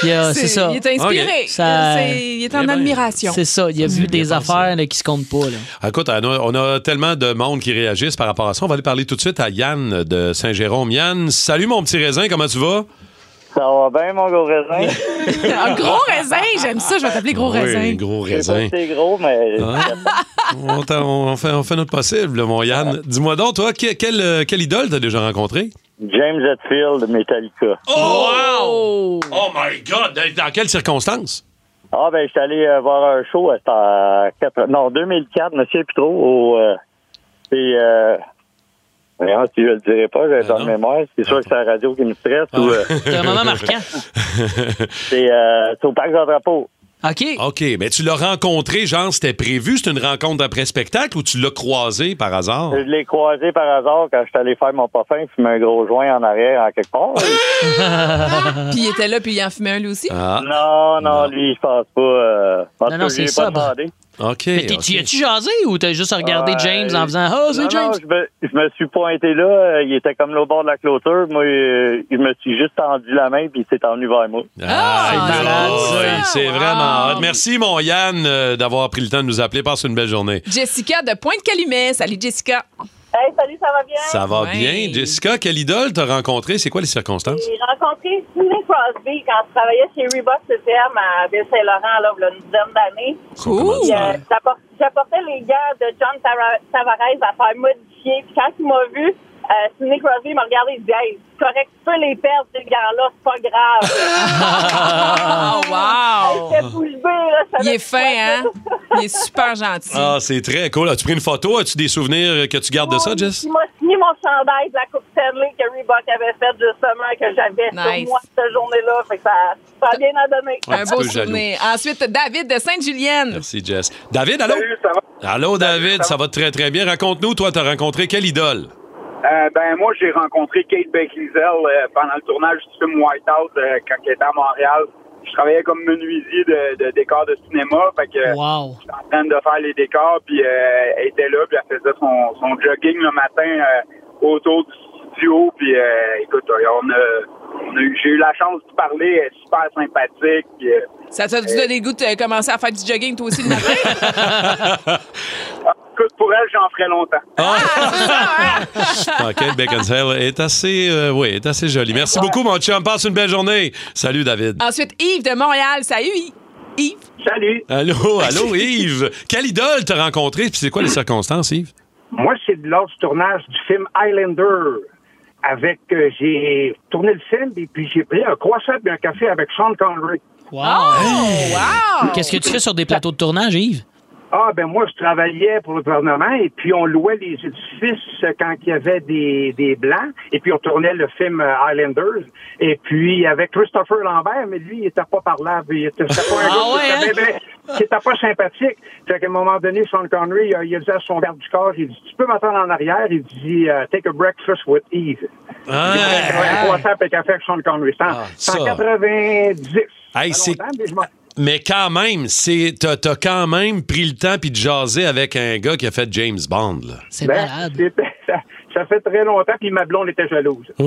[SPEAKER 2] Il y a- C'est ça.
[SPEAKER 4] Il est inspiré.
[SPEAKER 1] Ok.
[SPEAKER 2] Ça-
[SPEAKER 4] C'est- Il est en
[SPEAKER 1] Eh ben,
[SPEAKER 4] admiration.
[SPEAKER 2] C'est ça. Il y a vu des affaires là, qui se comptent pas. là.
[SPEAKER 1] Écoute, on a, on a tellement de monde qui réagissent par rapport à ça. On va aller parler tout de suite à Yann de Saint-Jérôme. Yann, salut mon petit raisin, comment tu vas?
[SPEAKER 11] Ça va bien, mon gros raisin?
[SPEAKER 4] Un gros raisin, j'aime ça, je vais t'appeler gros
[SPEAKER 1] Oui,
[SPEAKER 4] raisin.
[SPEAKER 1] gros
[SPEAKER 11] Je sais pas
[SPEAKER 1] raisin.
[SPEAKER 11] si c'est gros, mais
[SPEAKER 1] Hein? on, t'en- on fait, on fait notre possible, là, mon Yann. Dis-moi donc, toi, que- quelle, euh, quelle idole t'as déjà rencontré?
[SPEAKER 11] James Hetfield, Metallica.
[SPEAKER 4] Oh!
[SPEAKER 1] Oh my God! Dans, dans quelles circonstances?
[SPEAKER 11] Ah, ben, je suis allé euh, voir un show, c'était en quatre- non, 2004, monsieur plus trop, au, euh, c'est, euh, voyons, si je le dirai pas, j'ai dans
[SPEAKER 1] Ah non. Ah.
[SPEAKER 11] de mémoire, c'est sûr que c'est la radio qui me stresse, ou, euh,
[SPEAKER 2] C'est un moment marquant.
[SPEAKER 11] c'est, euh, c'est au Parc Jean-Drapeau.
[SPEAKER 2] OK.
[SPEAKER 1] OK, mais tu l'as rencontré, genre, c'était prévu, c'est une rencontre après spectacle ou tu l'as croisé par hasard?
[SPEAKER 11] Je l'ai croisé par hasard quand je suis allé faire mon parfum, fumer un gros joint en arrière, en quelque part.
[SPEAKER 4] Puis il était là, puis il en fumait un lui aussi.
[SPEAKER 1] Ah,
[SPEAKER 11] non, non, lui, je pense pas, euh, en tout
[SPEAKER 2] Non, non,
[SPEAKER 11] cas,
[SPEAKER 2] c'est
[SPEAKER 11] je lui ai
[SPEAKER 2] ça,
[SPEAKER 11] pas demandé.
[SPEAKER 1] OK.
[SPEAKER 2] Mais t'es-
[SPEAKER 1] ok.
[SPEAKER 2] t'y as-tu jasé ou t'as juste regardé
[SPEAKER 11] Ouais.
[SPEAKER 2] James en faisant Oh,
[SPEAKER 11] Non,
[SPEAKER 2] c'est James?
[SPEAKER 11] non, je, me, je me suis pointé là. euh, Il était comme là au bord de la clôture. Moi, euh, je me suis juste tendu la main puis il s'est tendu vers moi.
[SPEAKER 1] Ah,
[SPEAKER 4] Ah,
[SPEAKER 1] il est
[SPEAKER 2] malade,
[SPEAKER 1] drôle.
[SPEAKER 4] ça.
[SPEAKER 1] c'est
[SPEAKER 4] Wow.
[SPEAKER 1] vraiment hot. Merci, mon Yann, euh, d'avoir pris le temps de nous appeler. Passe une belle journée.
[SPEAKER 4] Jessica de Pointe-Calumet. Salut, Jessica.
[SPEAKER 8] Hey, salut, ça va bien?
[SPEAKER 1] Ça va
[SPEAKER 4] Ouais.
[SPEAKER 1] bien. Jessica, quelle idole t'as rencontré? C'est quoi les circonstances?
[SPEAKER 8] J'ai rencontré Sidney Crosby quand je travaillais chez Reebok CTM à Ville-Saint-Laurent, là, il y a une dizaine d'années.
[SPEAKER 4] Cool.
[SPEAKER 8] Puis, euh, j'appor- J'apportais les gars de John Tara- Tavares à faire modifier. Puis quand il m'a vu, Euh, Sidney Crosby m'a regardé et dit Hey, c'est correct, tu peux les perdre, ces gars-là, c'est pas grave.
[SPEAKER 4] wow!
[SPEAKER 8] J'étais bouche bée, là, ça
[SPEAKER 4] Il
[SPEAKER 8] m'a
[SPEAKER 4] est fin, hein? Il est super gentil.
[SPEAKER 1] Ah, c'est très cool. As-tu pris une photo? As-tu des souvenirs que tu gardes de ça, Jess?
[SPEAKER 8] Il m'a signé mon chandail de la Coupe Stanley que Reebok avait faite justement, que j'avais
[SPEAKER 4] Nice.
[SPEAKER 8] sur moi cette journée-là. Fait que ça, ça a bien à donner.
[SPEAKER 1] Un
[SPEAKER 4] Un
[SPEAKER 1] petit
[SPEAKER 4] beau
[SPEAKER 1] peu
[SPEAKER 4] souvenir. Ensuite, David de Sainte-Julienne.
[SPEAKER 1] Merci, Jess. David, allô? Allô, David, ça va très, très bien. Raconte-nous, toi, t'as rencontré quelle idole?
[SPEAKER 12] Euh, ben moi, j'ai rencontré Kate Beckinsale euh, pendant le tournage du film Whiteout euh, quand elle était à Montréal. Je travaillais comme menuisier de, de décors de cinéma, fait que
[SPEAKER 2] Wow.
[SPEAKER 12] j'étais en train de faire les décors, puis euh, elle était là, puis elle faisait son, son jogging le matin euh, autour du studio, puis euh, écoute, euh, on a, on a eu- j'ai eu la chance de parler, elle est super sympathique. puis, euh,
[SPEAKER 4] Ça t'a dû donner le goût de euh, commencer à faire du jogging, toi aussi, le matin?
[SPEAKER 12] écoute, pour elle, j'en ferai longtemps.
[SPEAKER 1] Ah, Kate Beckinsale est assez, euh, oui, est assez jolie. Merci beaucoup, mon chum. Passe une belle journée. Salut, David.
[SPEAKER 4] Ensuite, Yves de Montréal. Salut, Yves. Yves.
[SPEAKER 12] Salut.
[SPEAKER 1] Allô, allô, Yves. Quelle idole t'as rencontré? Puis c'est quoi les circonstances, Yves?
[SPEAKER 13] Moi, c'est de lors du tournage du film Highlander. Avec, euh, j'ai tourné le film et puis j'ai pris un croissant et un café avec Sean Connery.
[SPEAKER 2] Wow!
[SPEAKER 4] Oh,
[SPEAKER 2] Qu'est-ce que tu fais sur des plateaux de tournage, Yves?
[SPEAKER 13] Ah, ben moi, je travaillais pour le gouvernement et puis on louait les édifices euh, quand il y avait des, des blancs et puis on tournait le film euh, Highlanders. Et puis avec Christopher Lambert, mais lui, il était pas parlable. Il était, c'était pas un
[SPEAKER 14] Ah
[SPEAKER 13] gars qui
[SPEAKER 14] ouais,
[SPEAKER 13] était
[SPEAKER 14] hein?
[SPEAKER 13] bien, bien- qui était pas sympathique. Fait qu'à un moment donné, Sean Connery, il a, il a dit à son garde du corps, il dit, tu peux m'attendre en arrière? Il dit, euh, take a breakfast with Eve.
[SPEAKER 1] Ah,
[SPEAKER 13] Un croissant avec un café avec Sean Connery. C'est en-
[SPEAKER 1] ça.
[SPEAKER 13] c'est en 90.
[SPEAKER 1] Hey,
[SPEAKER 13] Ça fait
[SPEAKER 1] c'est- Ah,
[SPEAKER 13] longtemps, mais je m'en-
[SPEAKER 1] Mais quand même, c'est, t'as, t'as quand même pris le temps puis de jaser avec un gars qui a fait James Bond. là.
[SPEAKER 13] Ben, c'était- ça- Ça fait très longtemps, puis ma blonde était jalouse.
[SPEAKER 1] Oui,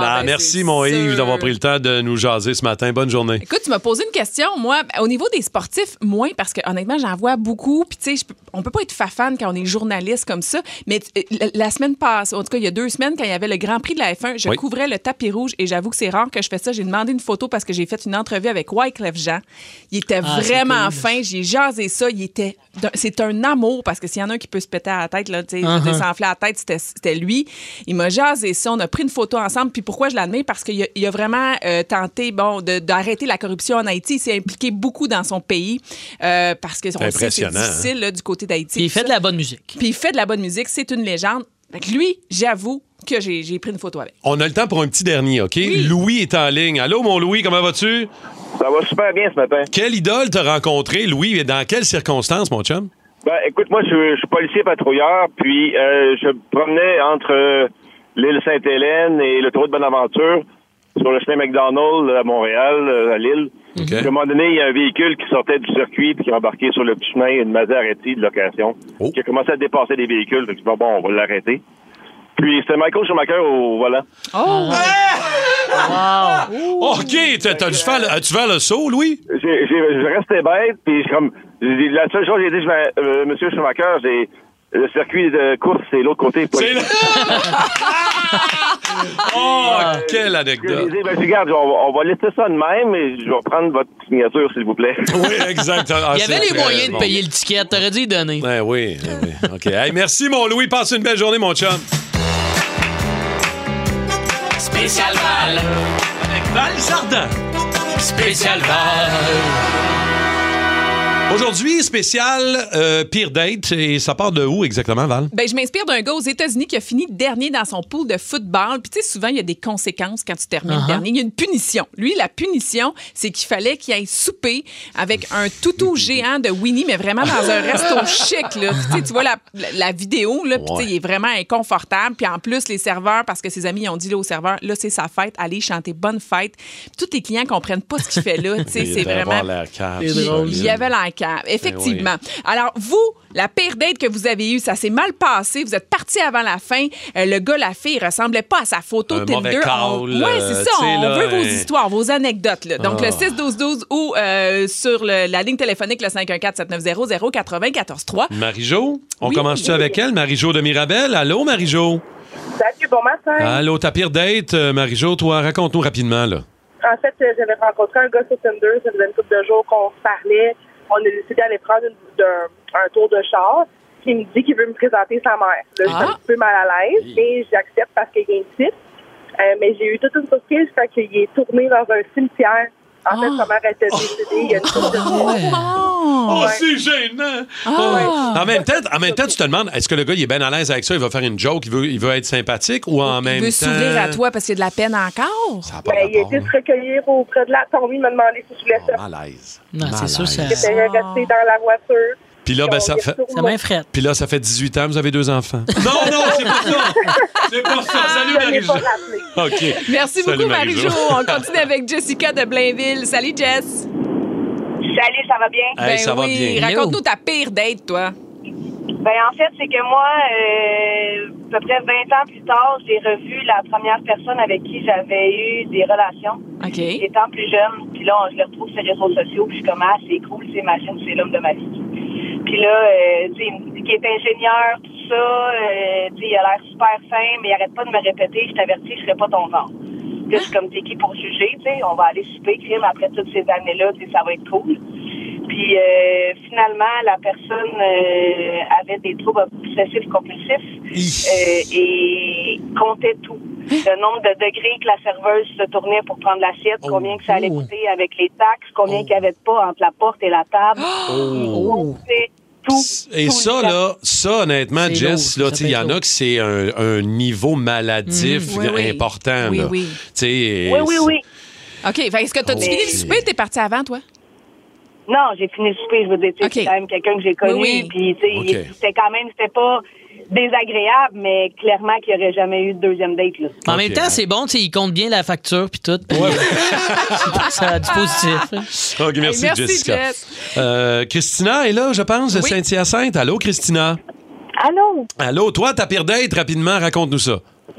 [SPEAKER 2] ben,
[SPEAKER 1] Ah, merci, mon Yves, d'avoir pris le temps de nous jaser ce matin. Bonne journée.
[SPEAKER 4] Écoute, tu m'as posé une question, moi, ben, au niveau des sportifs, moins, parce que honnêtement, j'en vois beaucoup. Puis, tu sais, je peux- on peut pas être fafane quand on est journaliste comme ça. Mais euh, la, la semaine passe, en tout cas, il y a deux semaines, quand il y avait le Grand Prix de la F1, je
[SPEAKER 15] Oui.
[SPEAKER 4] couvrais le tapis rouge et j'avoue que c'est rare que je fais ça. J'ai demandé une photo parce que j'ai fait une entrevue avec Wyclef Jean. Il était
[SPEAKER 15] Ah, c'est
[SPEAKER 4] vraiment
[SPEAKER 15] cool.
[SPEAKER 4] fin. J'ai jasé ça. Il était. d'un- C'est un amour parce que s'il y en a un qui peut se péter à la tête, là, tu sais, je veux
[SPEAKER 15] Uh-huh.
[SPEAKER 4] dire, s'enfler à la tête, c'était- c'était lui. Il m'a jasé ça. On a pris une photo ensemble. Puis pourquoi je l'admets? Parce qu'il a, il a vraiment euh, tenté bon, de- d'arrêter la corruption en Haïti. Il s'est impliqué beaucoup dans son pays euh, parce que on sait que c'est
[SPEAKER 2] impressionnant, hein?
[SPEAKER 4] difficile là, du côté d'Haïti.
[SPEAKER 2] Puis il fait de la bonne musique.
[SPEAKER 4] Puis il fait de la bonne musique. C'est une légende. Fait que lui, j'avoue que j'ai j'ai pris une photo avec.
[SPEAKER 1] On a le temps pour un petit dernier, OK? Louis est en ligne. Allô, mon Louis, comment vas-tu?
[SPEAKER 16] Ça va super bien ce matin.
[SPEAKER 1] Quelle idole t'as rencontré, Louis, et dans quelles circonstances, mon chum?
[SPEAKER 16] Ben, écoute, moi, je, je suis policier patrouilleur, puis euh, je me promenais entre euh, l'île Sainte-Hélène et le tour de Bonaventure sur le chemin McDonald's à Montréal, euh, à Lille. Puis, À un moment donné, il y a un véhicule qui sortait du circuit puis qui a embarqué sur le petit chemin, une Maserati de location, qui a commencé à dépasser des véhicules. Fait que je dis, bon, bon, on va l'arrêter. Puis c'était Michael Schumacher au volant.
[SPEAKER 4] Oh!
[SPEAKER 1] Oh, OK, t'as, t'as dû faire le- as-tu fait le saut, Louis?
[SPEAKER 16] j'ai, j'ai, je restais bête, puis je, comme, j'ai dit- la seule chose que j'ai dit, je vais, euh, Monsieur Schumacher, j'ai, le circuit de course, c'est l'autre côté. C'est
[SPEAKER 2] Ah!
[SPEAKER 1] Oh, quelle anecdote!
[SPEAKER 16] J'ai dit, ben, regarde, on, va- on va laisser ça de même, et je vais prendre votre signature, s'il vous plaît.
[SPEAKER 1] Oui, exact. Ah,
[SPEAKER 2] il y
[SPEAKER 1] c'est
[SPEAKER 2] avait les
[SPEAKER 1] très
[SPEAKER 2] moyens
[SPEAKER 1] bon.
[SPEAKER 2] de payer le ticket. T'aurais dû y donner.
[SPEAKER 1] Ben oui, ben oui. OK. Hey, merci, mon Louis. Passe une belle journée, mon chum.
[SPEAKER 14] Spécial Val. Avec Val Jardin. Spécial Val.
[SPEAKER 1] Aujourd'hui, spécial euh, Pire Date. Et ça part de où exactement, Val?
[SPEAKER 4] Ben, je m'inspire d'un gars aux États-Unis qui a fini dernier dans son pool de football. Puis, tu sais, souvent, il y a des conséquences quand tu termines
[SPEAKER 1] Uh-huh.
[SPEAKER 4] dernier. Il y a une punition. Lui, la punition, c'est qu'il fallait qu'il aille souper avec un toutou géant de Winnie, mais vraiment dans un resto chic. Là. Tu sais, tu vois la, la- la vidéo, là, puis tu sais, il est vraiment inconfortable. Puis, en plus, les serveurs, parce que ses amis ils ont dit là, aux serveurs, là, c'est sa fête, allez chanter bonne fête. Puis, tous les clients comprennent pas ce qu'il fait là. Tu sais,
[SPEAKER 1] Il
[SPEAKER 4] c'est
[SPEAKER 1] devait
[SPEAKER 4] vraiment.
[SPEAKER 1] avoir la cave
[SPEAKER 4] Il-
[SPEAKER 1] solide.
[SPEAKER 4] Il y avait la
[SPEAKER 1] Eh
[SPEAKER 4] cave, effectivement. Alors, vous, la pire date que vous avez eue, ça s'est mal passé. Vous êtes parti avant la fin. Euh, le gars, la fille, ressemblait pas à sa photo
[SPEAKER 1] Un
[SPEAKER 4] Tinder.
[SPEAKER 1] mauvais
[SPEAKER 4] On-
[SPEAKER 1] call,
[SPEAKER 4] Ouais,
[SPEAKER 1] euh,
[SPEAKER 4] c'est ça.
[SPEAKER 1] tu sais,
[SPEAKER 4] On
[SPEAKER 1] là,
[SPEAKER 4] veut vos
[SPEAKER 1] hein.
[SPEAKER 4] histoires, vos anecdotes. là. Donc,
[SPEAKER 1] Ah.
[SPEAKER 4] le 6-12-12 ou euh, sur le- la ligne téléphonique, le 514-790-094-3.
[SPEAKER 1] Marie-Jo, on
[SPEAKER 4] Oui.
[SPEAKER 1] commence-tu avec elle? Marie-Jo de Mirabel. Allô, Marie-Jo?
[SPEAKER 8] Salut, bon matin.
[SPEAKER 1] Allô, ta pire date, euh, Marie-Jo, toi, raconte-nous rapidement, là.
[SPEAKER 8] En fait, euh, j'avais rencontré un gars sur Tinder, ça faisait une couple de jours qu'on se parlait. On a décidé d'aller prendre une- d'un- un tour de char. qui me dit qu'il veut me présenter sa mère. Là, je suis
[SPEAKER 1] Ah!
[SPEAKER 8] un petit peu mal à l'aise, mais j'accepte parce qu'il y a un titre. Euh, mais j'ai eu toute une surprise quand il est tourné dans un cimetière. En
[SPEAKER 1] Ah!
[SPEAKER 8] fait, sa mère était décédée il y a une couple de mois.
[SPEAKER 1] Oh,
[SPEAKER 8] Ouais.
[SPEAKER 1] c'est gênant!
[SPEAKER 8] Ah.
[SPEAKER 1] En, même temps, en même temps, tu te demandes, est-ce que le gars, il est bien à l'aise avec ça, il va faire une joke, il veut, il veut être sympathique ou en même
[SPEAKER 4] Il veut
[SPEAKER 1] temps...
[SPEAKER 4] s'ouvrir à toi parce qu'il y a de la peine encore.
[SPEAKER 8] Ben, il a été se recueillir auprès de la tombe. Il m'a demandé si je voulais ça.
[SPEAKER 1] Ah, Malaise.
[SPEAKER 2] Non, c'est
[SPEAKER 1] Malaise.
[SPEAKER 2] sûr, ça-
[SPEAKER 8] J'étais resté dans la voiture.
[SPEAKER 1] Puis là, ben, ça fait...
[SPEAKER 8] Ça m'effraie.
[SPEAKER 1] Puis là, ça fait 18 ans, vous avez deux enfants.
[SPEAKER 3] Oh
[SPEAKER 14] Non, non, c'est pas ça. C'est pas ça.
[SPEAKER 4] Ah,
[SPEAKER 14] Salut, Marie-Jo.
[SPEAKER 1] OK.
[SPEAKER 4] Merci
[SPEAKER 1] Salut,
[SPEAKER 4] beaucoup, Marie-Jo.
[SPEAKER 1] Marie-Jo.
[SPEAKER 4] On continue avec Jessica de Blainville. Salut, Jess.
[SPEAKER 15] Salut, ça va bien?
[SPEAKER 1] Hey, ça va bien.
[SPEAKER 4] Raconte-nous ta pire date, toi.
[SPEAKER 15] Ben, en fait, c'est que moi, euh, à peu près 20 ans plus tard, j'ai revu la première personne avec qui j'avais eu des relations.
[SPEAKER 4] OK.
[SPEAKER 15] Étant plus jeune, puis là, on- je le retrouve sur les réseaux sociaux, puis je suis comme, ah, c'est cool, c'est machine, c'est l'homme de ma vie. Puis là, euh, tu sais, il me dit qu'il est ingénieur, tout ça, euh, tu sais, il a l'air super fin, mais il arrête pas de me répéter, je t'avertis, je serai pas ton genre. Puis là, je suis comme, t'es qui pour juger, tu sais, on va aller souper, crime, après toutes ces années-là, tu sais, ça va être cool. Puis euh, finalement, la personne euh, avait des troubles obsessifs compulsifs euh, et comptait tout. Le nombre de degrés que la serveuse se tournait pour prendre l'assiette,
[SPEAKER 1] Oh
[SPEAKER 15] combien que ça allait coûter avec les taxes, combien qu'il n'y avait de pas entre la porte et la table.
[SPEAKER 1] Oh.
[SPEAKER 15] Il comptait tout.
[SPEAKER 1] Et
[SPEAKER 15] tout
[SPEAKER 1] ça,
[SPEAKER 15] le temps.
[SPEAKER 1] là, ça, honnêtement,
[SPEAKER 15] C'est
[SPEAKER 1] Jess,
[SPEAKER 15] lourd,
[SPEAKER 1] là, tu
[SPEAKER 15] ça
[SPEAKER 1] sais, il y
[SPEAKER 15] peut
[SPEAKER 1] en
[SPEAKER 15] être
[SPEAKER 1] a que c'est un, un niveau maladif
[SPEAKER 4] Mm. Oui, oui.
[SPEAKER 1] important.
[SPEAKER 4] Oui,
[SPEAKER 1] là.
[SPEAKER 4] oui.
[SPEAKER 1] Tu sais, et-
[SPEAKER 4] OK. fait, Est-ce que t'as-tu
[SPEAKER 1] Oh.
[SPEAKER 4] fini le souper? T'es parti avant, toi?
[SPEAKER 15] Non, j'ai fini le souper. Je veux dire, tu sais, c'est quand même quelqu'un que j'ai connu.
[SPEAKER 4] Oui, oui.
[SPEAKER 15] Puis, tu sais,
[SPEAKER 1] Ok.
[SPEAKER 15] il- c'était quand même, c'était pas désagréable, mais clairement qu'il n'y aurait jamais eu de deuxième date, là.
[SPEAKER 2] En même temps, c'est bon, tu sais, il compte bien la facture puis tout. puis- ça a du positif.
[SPEAKER 1] OK, merci,
[SPEAKER 2] Hey, merci,
[SPEAKER 1] Jessica.
[SPEAKER 2] Jess.
[SPEAKER 1] Euh, Christina est là, je pense, de
[SPEAKER 2] Oui.
[SPEAKER 1] Saint-Hyacinthe. Allô, Christina?
[SPEAKER 17] Ah
[SPEAKER 15] Allô?
[SPEAKER 1] Allô, toi, ta pire date, rapidement, raconte-nous ça.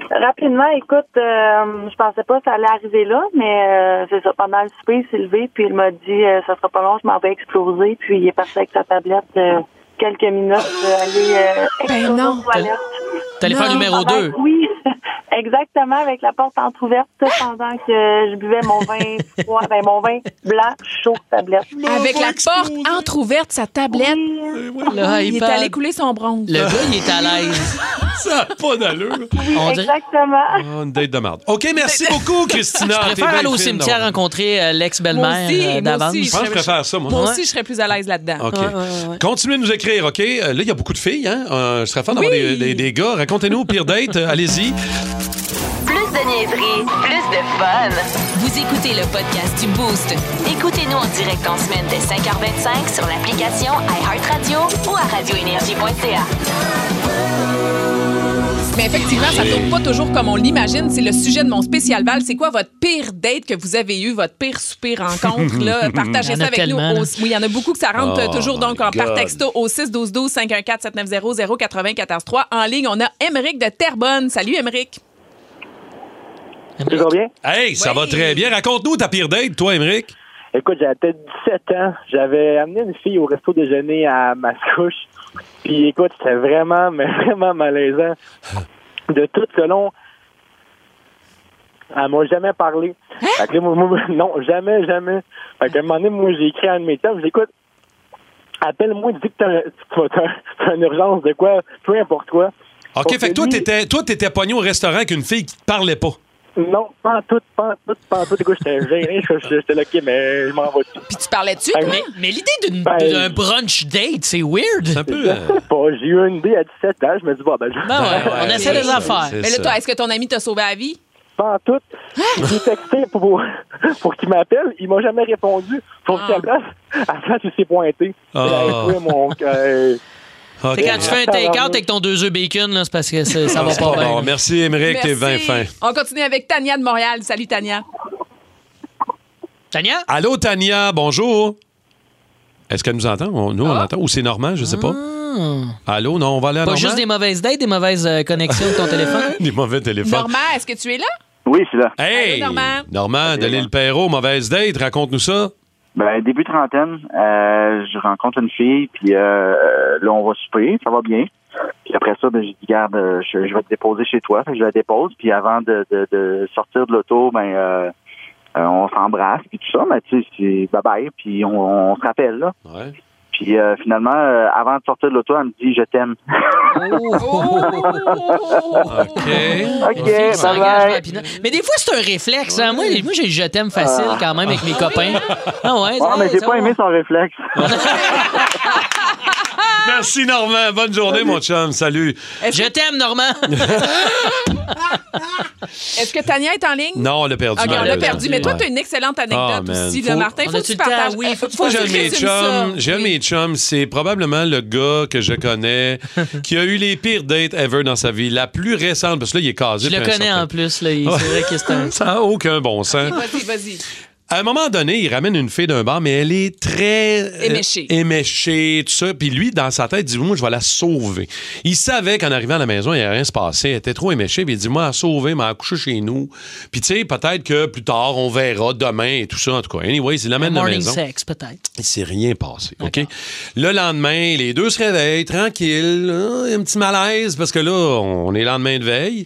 [SPEAKER 17] Rapidement, écoute, euh, je pensais pas que ça allait arriver là, mais euh, c'est ça. Pendant le souper, il s'est levé, puis il m'a dit euh, ça sera pas long, je m'en vais exploser. Puis il est parti avec sa tablette euh, quelques minutes euh, aller euh, exploser aux toilettes.
[SPEAKER 2] T'es allé faire
[SPEAKER 17] Non.
[SPEAKER 2] numéro
[SPEAKER 17] Ah ben,
[SPEAKER 2] 2.
[SPEAKER 17] Oui, exactement, avec la porte entrouverte pendant que je buvais mon vin froid, ben, mon vin blanc chaud tablette.
[SPEAKER 4] Avec la porte entrouverte, sa tablette.
[SPEAKER 14] Eh,
[SPEAKER 2] Le
[SPEAKER 4] il est
[SPEAKER 2] iPad.
[SPEAKER 4] allé couler son bronze.
[SPEAKER 2] Le gars, il est à l'aise.
[SPEAKER 1] Ça n'a pas d'allure.
[SPEAKER 2] On dirait-
[SPEAKER 17] Exactement.
[SPEAKER 1] Oh, une date de merde. OK, merci beaucoup, Christina.
[SPEAKER 2] Je
[SPEAKER 1] T'es
[SPEAKER 2] préfère
[SPEAKER 1] bien
[SPEAKER 2] aller au
[SPEAKER 1] fine,
[SPEAKER 2] cimetière
[SPEAKER 1] donc.
[SPEAKER 2] rencontrer euh,
[SPEAKER 4] Moi
[SPEAKER 2] l'ex-belle-mère
[SPEAKER 4] aussi,
[SPEAKER 2] euh,
[SPEAKER 4] moi
[SPEAKER 2] d'avance.
[SPEAKER 4] aussi,
[SPEAKER 1] Je pense que je préfère ça, moi.
[SPEAKER 4] Moi
[SPEAKER 1] Ouais.
[SPEAKER 4] aussi, je serais plus à l'aise là-dedans.
[SPEAKER 1] OK. Continuez de nous écrire, OK? Euh, là, il y a beaucoup de filles, hein? Euh, je serais fan d'avoir des, des- des gars. Racontez-nous, pire date, euh, allez-y.
[SPEAKER 10] Plus de niaiserie, plus de fun. Vous écoutez le podcast du Boost. Écoutez-nous en direct en semaine dès 5h25 sur l'application iHeartRadio ou à radioénergie.ca.
[SPEAKER 4] Mais effectivement, ça tourne pas toujours comme on l'imagine. C'est le sujet de mon spécial Val. C'est quoi votre pire date que vous avez eu, votre pire souper rencontre? Là?
[SPEAKER 2] Il y
[SPEAKER 4] Partagez
[SPEAKER 2] en
[SPEAKER 4] ça
[SPEAKER 2] a
[SPEAKER 4] avec nous.
[SPEAKER 2] tellement, là.
[SPEAKER 4] Au- oui, il y en a beaucoup que ça rentre
[SPEAKER 2] Oh
[SPEAKER 4] euh, toujours
[SPEAKER 2] my
[SPEAKER 4] donc en- par
[SPEAKER 2] God.
[SPEAKER 4] texto au 6 12 12 514 790 094 3. En ligne, on a Émeric de Terrebonne. Salut, Émeric.
[SPEAKER 1] Tu vas bien? Hey, ça va très bien. Raconte-nous ta pire date, toi, Émeric.
[SPEAKER 18] Écoute, j'avais peut-être 17 ans. J'avais amené une fille au resto déjeuner à Mascouche. Puis écoute, c'était vraiment, mais vraiment malaisant. De tout le long, elle m'a jamais parlé.
[SPEAKER 4] Hein?
[SPEAKER 18] Fait que là, moi, moi, non, jamais, jamais. Fait qu'à un moment donné, moi, j'ai écrit à un de mes chums, j'ai dit, écoute, appelle-moi, dis que t'as- tu vas- t'as t'as une urgence de quoi, peu importe quoi.
[SPEAKER 1] OK,
[SPEAKER 18] Parce
[SPEAKER 1] fait que toi,
[SPEAKER 18] lui-
[SPEAKER 1] t'étais, toi, t'étais pogné au restaurant avec une fille qui te parlait pas.
[SPEAKER 18] Non, pas en tout, pas en tout, pas en tout. Écoute, j'étais gêné, j'étais là, OK, mais je m'en vais Ben, dessus.
[SPEAKER 4] Puis tu parlais-tu,
[SPEAKER 18] toi?
[SPEAKER 2] Mais, mais l'idée d'une- d'un brunch date, c'est weird. C'est un
[SPEAKER 18] Je sais pas, j'ai eu une idée à 17 ans, je me dis, bon, ben, je...
[SPEAKER 2] Ben ouais, on
[SPEAKER 4] Ok.
[SPEAKER 2] essaie des affaires.
[SPEAKER 4] Mais là, toi, est-ce que ton ami t'a sauvé la vie?
[SPEAKER 18] Pas en tout. J'ai texté pour, pour qu'il m'appelle. Il m'a jamais répondu. Faut qu'à la place, à la place, il s'est pointé.
[SPEAKER 2] Ah.
[SPEAKER 18] J'ai trouvé mon... euh,
[SPEAKER 2] C'est quand tu fais un take-out avec ton deux œufs bacon, là, c'est parce que ça, ça va
[SPEAKER 1] Ah, C'est pas
[SPEAKER 2] pas bien.
[SPEAKER 1] bon. Merci, Émeric, t'es bien fin.
[SPEAKER 4] On continue avec Tania de Montréal. Salut, Tania.
[SPEAKER 2] Tania?
[SPEAKER 1] Allô, Tania, bonjour. Est-ce qu'elle nous entend? On- nous, on l'entend. Ou c'est Normand, je sais pas. Allô, non, on va aller à
[SPEAKER 2] Ah. Pas
[SPEAKER 1] Normand?
[SPEAKER 2] juste des mauvaises dates, des mauvaises euh, connexions avec ton téléphone.
[SPEAKER 1] Des mauvais téléphones.
[SPEAKER 4] Normand, est-ce que tu es là?
[SPEAKER 1] Oui, c'est là. Hey!
[SPEAKER 4] Allô, Normand.
[SPEAKER 1] Normand, de l'île Perrault, mauvaise date, raconte-nous ça.
[SPEAKER 19] Ben, début trentaine, euh, je rencontre une fille, puis euh, là, on va souper, ça va bien. Puis après ça, ben, je dis, garde, euh, je, je vais te déposer chez toi. Fait que je la dépose, puis avant de, de- de sortir de l'auto, ben, euh, Ben, euh, on s'embrasse, puis tout ça. Mais tu sais, c'est bye-bye, puis on, on se rappelle, là.
[SPEAKER 1] Ouais.
[SPEAKER 19] Puis euh, finalement, euh, avant de sortir de l'auto, elle me dit je t'aime.
[SPEAKER 2] Oh. OK,
[SPEAKER 19] bye bye.
[SPEAKER 2] Mais des fois, c'est un réflexe. hein. Moi, moi j'ai le je t'aime facile quand même avec mes copains. Ah ouais,
[SPEAKER 19] Ah, mais j'ai
[SPEAKER 2] ça
[SPEAKER 19] pas
[SPEAKER 2] va.
[SPEAKER 19] aimé son réflexe.
[SPEAKER 4] Ah.
[SPEAKER 1] Merci, Normand. Bonne journée, mon chum. Salut.
[SPEAKER 2] Je t'aime, Normand.
[SPEAKER 4] Est-ce que Tania est en ligne?
[SPEAKER 1] Non, on l'a perdu.
[SPEAKER 4] Ok, on l'a
[SPEAKER 1] malheureusement.
[SPEAKER 4] perdu. Mais toi,
[SPEAKER 1] Ouais.
[SPEAKER 4] tu as une excellente
[SPEAKER 1] Ah,
[SPEAKER 4] anecdote
[SPEAKER 1] man.
[SPEAKER 4] aussi, là,
[SPEAKER 1] Faut-
[SPEAKER 4] Martin.
[SPEAKER 2] on
[SPEAKER 4] Faut
[SPEAKER 2] a
[SPEAKER 4] que
[SPEAKER 2] tout
[SPEAKER 4] tu
[SPEAKER 2] le temps,
[SPEAKER 4] partages.
[SPEAKER 2] oui.
[SPEAKER 4] Faut
[SPEAKER 1] Moi,
[SPEAKER 4] que
[SPEAKER 1] j'aime
[SPEAKER 4] tu
[SPEAKER 1] mes
[SPEAKER 4] résumes ça.
[SPEAKER 1] chums. J'aime mes chums. C'est probablement le gars que je connais qui a eu les pires dates ever dans sa vie. La plus récente, parce que là, il est casé.
[SPEAKER 2] Je le
[SPEAKER 1] puis Ah un
[SPEAKER 2] connais
[SPEAKER 1] certain-
[SPEAKER 2] en plus. là. Il- C'est vrai que c'est un.
[SPEAKER 1] Ça n'a aucun bon sens.
[SPEAKER 4] Vas-y, vas-y.
[SPEAKER 1] À un moment donné, il ramène une fille d'un bar, mais elle est très euh,
[SPEAKER 4] Éméchée.
[SPEAKER 1] éméchée, tout ça. Puis lui, dans sa tête, dit moi, je vais la sauver. Il savait qu'en arrivant à la maison, il n'y rien se passer. Elle était trop éméchée. Puis il dit moi, la sauver, m'a couché chez nous. Puis tu sais, peut-être que plus tard, on verra demain et tout ça. En tout cas, anyways, il l'amène à la
[SPEAKER 2] Morning
[SPEAKER 1] maison.
[SPEAKER 2] sex, peut-être.
[SPEAKER 1] Il s'est rien passé, OK? Le lendemain, les deux se réveillent, tranquilles, hein, un petit malaise, parce que là, on est lendemain de veille.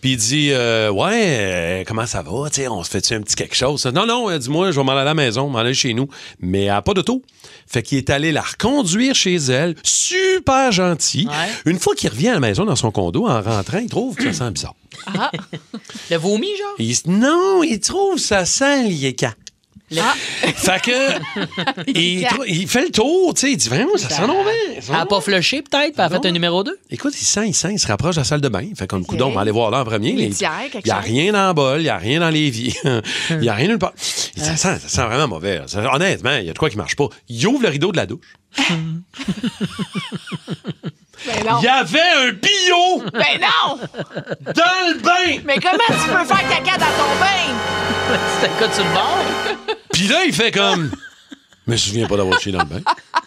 [SPEAKER 1] Puis il dit, euh, ouais, euh, comment ça va? Tu sais, on se fait-tu un petit quelque chose? Non, non, euh, dis-moi, je vais m'en aller à la maison, m'en aller chez nous. Mais elle a pas d'auto. Fait qu'il est allé la reconduire chez elle, super gentil. Une fois qu'il revient à la maison, dans son condo, en rentrant, il trouve que ça sent bizarre.
[SPEAKER 2] Ah. Le vomi, genre?
[SPEAKER 1] Il se- non, il trouve ça sent liécan.
[SPEAKER 2] Ah!
[SPEAKER 1] Fait que, il,
[SPEAKER 2] Liécan.
[SPEAKER 1] trou- il fait le tour, tu sais, il dit vraiment, ça sent non bien.
[SPEAKER 2] Elle a pas flushé, peut-être, puis elle a fait un numéro 2.
[SPEAKER 1] Écoute, il sent, il sent, il se rapproche de la salle de bain. Fait comme coudon, on va aller voir là en premier.
[SPEAKER 2] Il est
[SPEAKER 1] Il-
[SPEAKER 2] tiers, quelque
[SPEAKER 1] il y a
[SPEAKER 2] chose.
[SPEAKER 1] rien dans le bol, il n'y a rien dans l'évier. il n'y a rien nulle part. Il
[SPEAKER 2] Ah.
[SPEAKER 1] dit, ça, sent, ça sent vraiment mauvais. là. Ça- honnêtement, il y a de quoi qui marche pas. Il ouvre le rideau de la douche. Il y avait un bio!
[SPEAKER 4] Ben non!
[SPEAKER 1] Oh! Dans le bain!
[SPEAKER 4] Mais comment tu peux faire caca dans ton bain?
[SPEAKER 2] C'était quoi sur le bord?
[SPEAKER 1] Puis là, il fait comme. Mais je me souviens pas d'avoir chié dans le bain.
[SPEAKER 4] Ah!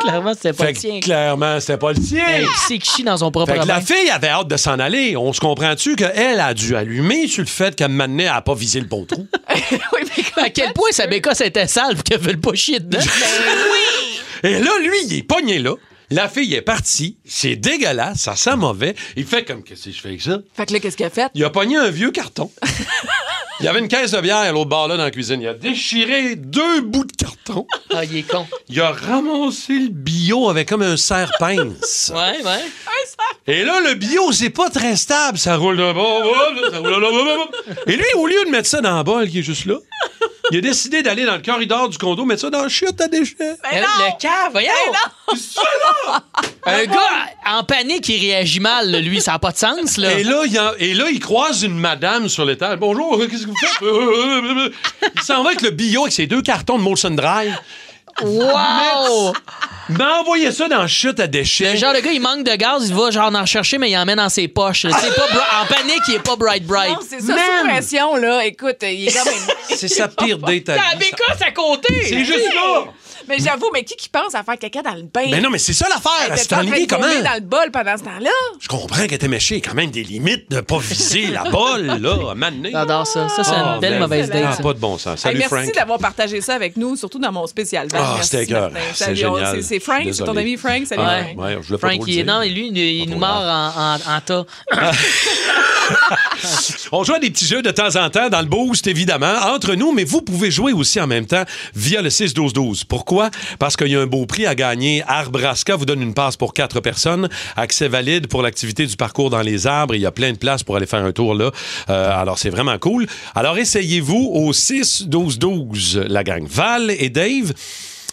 [SPEAKER 2] Clairement, c'était pas
[SPEAKER 1] Fait
[SPEAKER 2] le
[SPEAKER 1] que
[SPEAKER 2] tien.
[SPEAKER 1] clairement, c'était pas le
[SPEAKER 2] Hey,
[SPEAKER 1] tien.
[SPEAKER 2] qui c'est qui chie dans son propre
[SPEAKER 1] Fait que la
[SPEAKER 2] bain?
[SPEAKER 1] fille avait hâte de s'en aller. On se comprend-tu qu'elle a dû allumer sur le fait qu'elle m'amenait à pas viser le bon trou?
[SPEAKER 2] À quel point sa bécasse était sale pour qu'elle veuille pas chier dedans?
[SPEAKER 1] Et là, lui, il est pogné là. La fille est partie. C'est dégueulasse. Ça sent mauvais. Il fait comme, qu'est-ce que je fais avec ça?
[SPEAKER 4] Fait que là, qu'est-ce qu'il a fait?
[SPEAKER 1] Il a pogné un vieux carton. Il y avait une caisse de bière à l'autre bar là dans la cuisine. Il a déchiré deux bouts de carton.
[SPEAKER 2] Ah, il est con.
[SPEAKER 1] Il a ramassé le bio avec comme un serre-pince.
[SPEAKER 2] Ouais, ouais.
[SPEAKER 1] Et là, le bio, c'est pas très stable. Ça roule d'un bord, voilà, ça roule d'un bord. Et lui, au lieu de mettre ça dans le bol qui est juste là, il a décidé d'aller dans le corridor du condo, mettre ça dans le chute à déchets.
[SPEAKER 2] Le- Le cave, voyons! Un gars en panique, il réagit mal, là, lui, ça n'a pas de sens, là.
[SPEAKER 1] Et là, il en- et là, il croise une madame sur l'étage. Bonjour, qu'est-ce que vous faites? Euh, euh, euh, euh. Il s'en va avec le bio, avec ses deux cartons de Molson Dry.
[SPEAKER 2] Wow!
[SPEAKER 1] M'a envoyé ça dans la chute à déchets.
[SPEAKER 2] Le genre, le gars, il manque de gaz, il va genre en rechercher, mais il emmène dans ses poches. là. Tu sais, pas bri- en panique, il est pas bright bright.
[SPEAKER 4] Non, c'est ça, sous pression, là. Écoute, il est comme...
[SPEAKER 1] C'est sa pire date à
[SPEAKER 4] T'as
[SPEAKER 1] vie.
[SPEAKER 2] bécasse à côté!
[SPEAKER 1] C'est juste là!
[SPEAKER 4] Mais j'avoue, mais qui qui pense à faire caca dans le bain?
[SPEAKER 1] Mais non, mais c'est ça l'affaire,
[SPEAKER 4] Elle
[SPEAKER 1] elle
[SPEAKER 4] était
[SPEAKER 1] s'est
[SPEAKER 4] en train de
[SPEAKER 1] enlignée
[SPEAKER 4] vomir
[SPEAKER 1] comment?
[SPEAKER 4] dans le bol pendant ce temps-là.
[SPEAKER 1] Je comprends qu'elle était méchée. Quand même des limites de pas viser la balle, là, à maner.
[SPEAKER 2] J'adore ça. Ça, c'est une
[SPEAKER 1] Ah,
[SPEAKER 2] belle
[SPEAKER 1] ben,
[SPEAKER 2] mauvaise date,
[SPEAKER 1] ah,
[SPEAKER 2] ça.
[SPEAKER 1] pas de bon sens. Salut,
[SPEAKER 4] Hey, merci
[SPEAKER 1] Frank.
[SPEAKER 4] d'avoir partagé ça avec nous, surtout dans mon spécial.
[SPEAKER 1] Ah,
[SPEAKER 4] Merci,
[SPEAKER 1] c'était écœurant.
[SPEAKER 4] Martin.
[SPEAKER 1] C'est
[SPEAKER 4] Salut,
[SPEAKER 1] génial.
[SPEAKER 4] on- c'est- C'est Frank,
[SPEAKER 1] Désolé.
[SPEAKER 4] c'est ton ami Frank. Salut,
[SPEAKER 1] Ouais,
[SPEAKER 4] Frank.
[SPEAKER 1] ouais, je voulais pas
[SPEAKER 2] Frank,
[SPEAKER 1] trop le
[SPEAKER 2] il est,
[SPEAKER 1] dire.
[SPEAKER 2] non, lui, il,
[SPEAKER 1] Ah,
[SPEAKER 2] il nous mord en, en, en tas.
[SPEAKER 1] On joue à des petits jeux de temps en temps dans le boost, évidemment, entre nous, mais vous pouvez jouer aussi en même temps via le 6-12-12. Pourquoi? Parce qu'il y a un beau prix à gagner. Arbraska vous donne une passe pour quatre personnes. Accès valide pour l'activité du parcours dans les arbres. Il y a plein de places pour aller faire un tour là. Euh, alors, c'est vraiment cool. Alors, essayez-vous au 6-12-12, la gang. Val et Dave.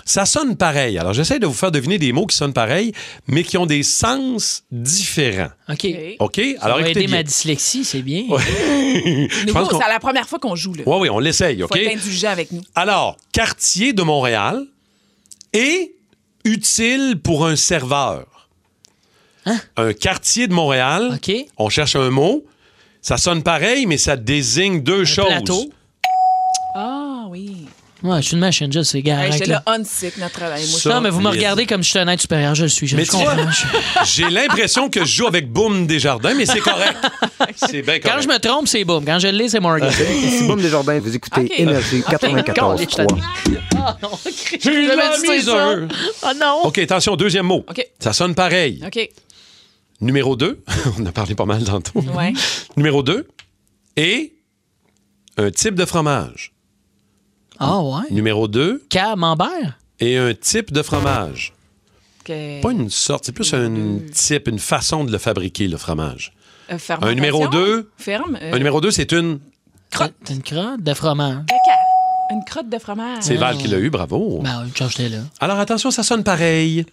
[SPEAKER 1] Ça sonne pareil. Alors, j'essaie de vous faire deviner des mots qui sonnent pareil, mais qui ont des sens différents.
[SPEAKER 2] OK.
[SPEAKER 1] OK? Alors,
[SPEAKER 2] ça va
[SPEAKER 1] écoutez
[SPEAKER 2] aider
[SPEAKER 1] bien.
[SPEAKER 2] ma dyslexie, c'est bien.
[SPEAKER 1] Je pense
[SPEAKER 4] Nouveau,
[SPEAKER 1] qu'on-
[SPEAKER 4] c'est la première fois qu'on joue, là.
[SPEAKER 1] oui, oui, on l'essaye,
[SPEAKER 4] Faut
[SPEAKER 1] OK?
[SPEAKER 4] être indulgent avec nous.
[SPEAKER 1] Alors, quartier de Montréal et utile pour un serveur.
[SPEAKER 2] Hein?
[SPEAKER 1] Un quartier de Montréal. On cherche un mot. Ça sonne pareil, mais ça désigne deux choses.
[SPEAKER 2] plateau.
[SPEAKER 4] Ah oui.
[SPEAKER 2] Ouais, je suis une machine, je sais, gars.
[SPEAKER 4] Hey,
[SPEAKER 2] arrête,
[SPEAKER 4] J'étais
[SPEAKER 2] là.
[SPEAKER 4] là, on sick, notre travail. Moi, je-
[SPEAKER 2] non, mais vous me
[SPEAKER 1] Solide.
[SPEAKER 2] regardez comme si j'étais un être supérieur, je le suis. Je,
[SPEAKER 1] Mais
[SPEAKER 2] je
[SPEAKER 1] tu vois,
[SPEAKER 2] comprends. je-
[SPEAKER 1] j'ai l'impression que je joue avec Boom Desjardins, mais c'est correct. C'est bien correct.
[SPEAKER 2] Quand je me trompe, c'est boum. Quand je le lis, c'est
[SPEAKER 1] Ah,
[SPEAKER 2] Morgan.
[SPEAKER 20] Euh, C'est Boum Desjardins, vous écoutez
[SPEAKER 2] Ok.
[SPEAKER 20] Énergie
[SPEAKER 2] Ok.
[SPEAKER 20] 94 3.
[SPEAKER 2] Ah non, Christ,
[SPEAKER 1] J'ai
[SPEAKER 2] je
[SPEAKER 1] la
[SPEAKER 2] l'avais dit, c'est ça.
[SPEAKER 1] misère.
[SPEAKER 2] Ah non.
[SPEAKER 1] OK, attention, deuxième mot.
[SPEAKER 2] OK.
[SPEAKER 1] Ça sonne pareil.
[SPEAKER 4] OK.
[SPEAKER 1] Numéro 2, on a parlé pas mal tantôt.
[SPEAKER 4] Ouais.
[SPEAKER 1] Numéro 2, et un type de fromage.
[SPEAKER 2] Ah ouais.
[SPEAKER 1] Numéro 2,
[SPEAKER 2] Camembert.
[SPEAKER 1] et un type de fromage.
[SPEAKER 4] que.
[SPEAKER 1] Pas une sorte, c'est plus un type, une façon de le fabriquer, le fromage.
[SPEAKER 4] Euh, fermentation,
[SPEAKER 1] Un numéro 2.
[SPEAKER 4] Ferme. euh,
[SPEAKER 1] Un numéro 2, c'est une.
[SPEAKER 2] Crotte. Une crotte de fromage.
[SPEAKER 4] Une crotte de fromage.
[SPEAKER 1] C'est Val qui l'a eu, bravo.
[SPEAKER 2] Ben oui, quand j'étais là.
[SPEAKER 1] Alors attention, ça sonne pareil.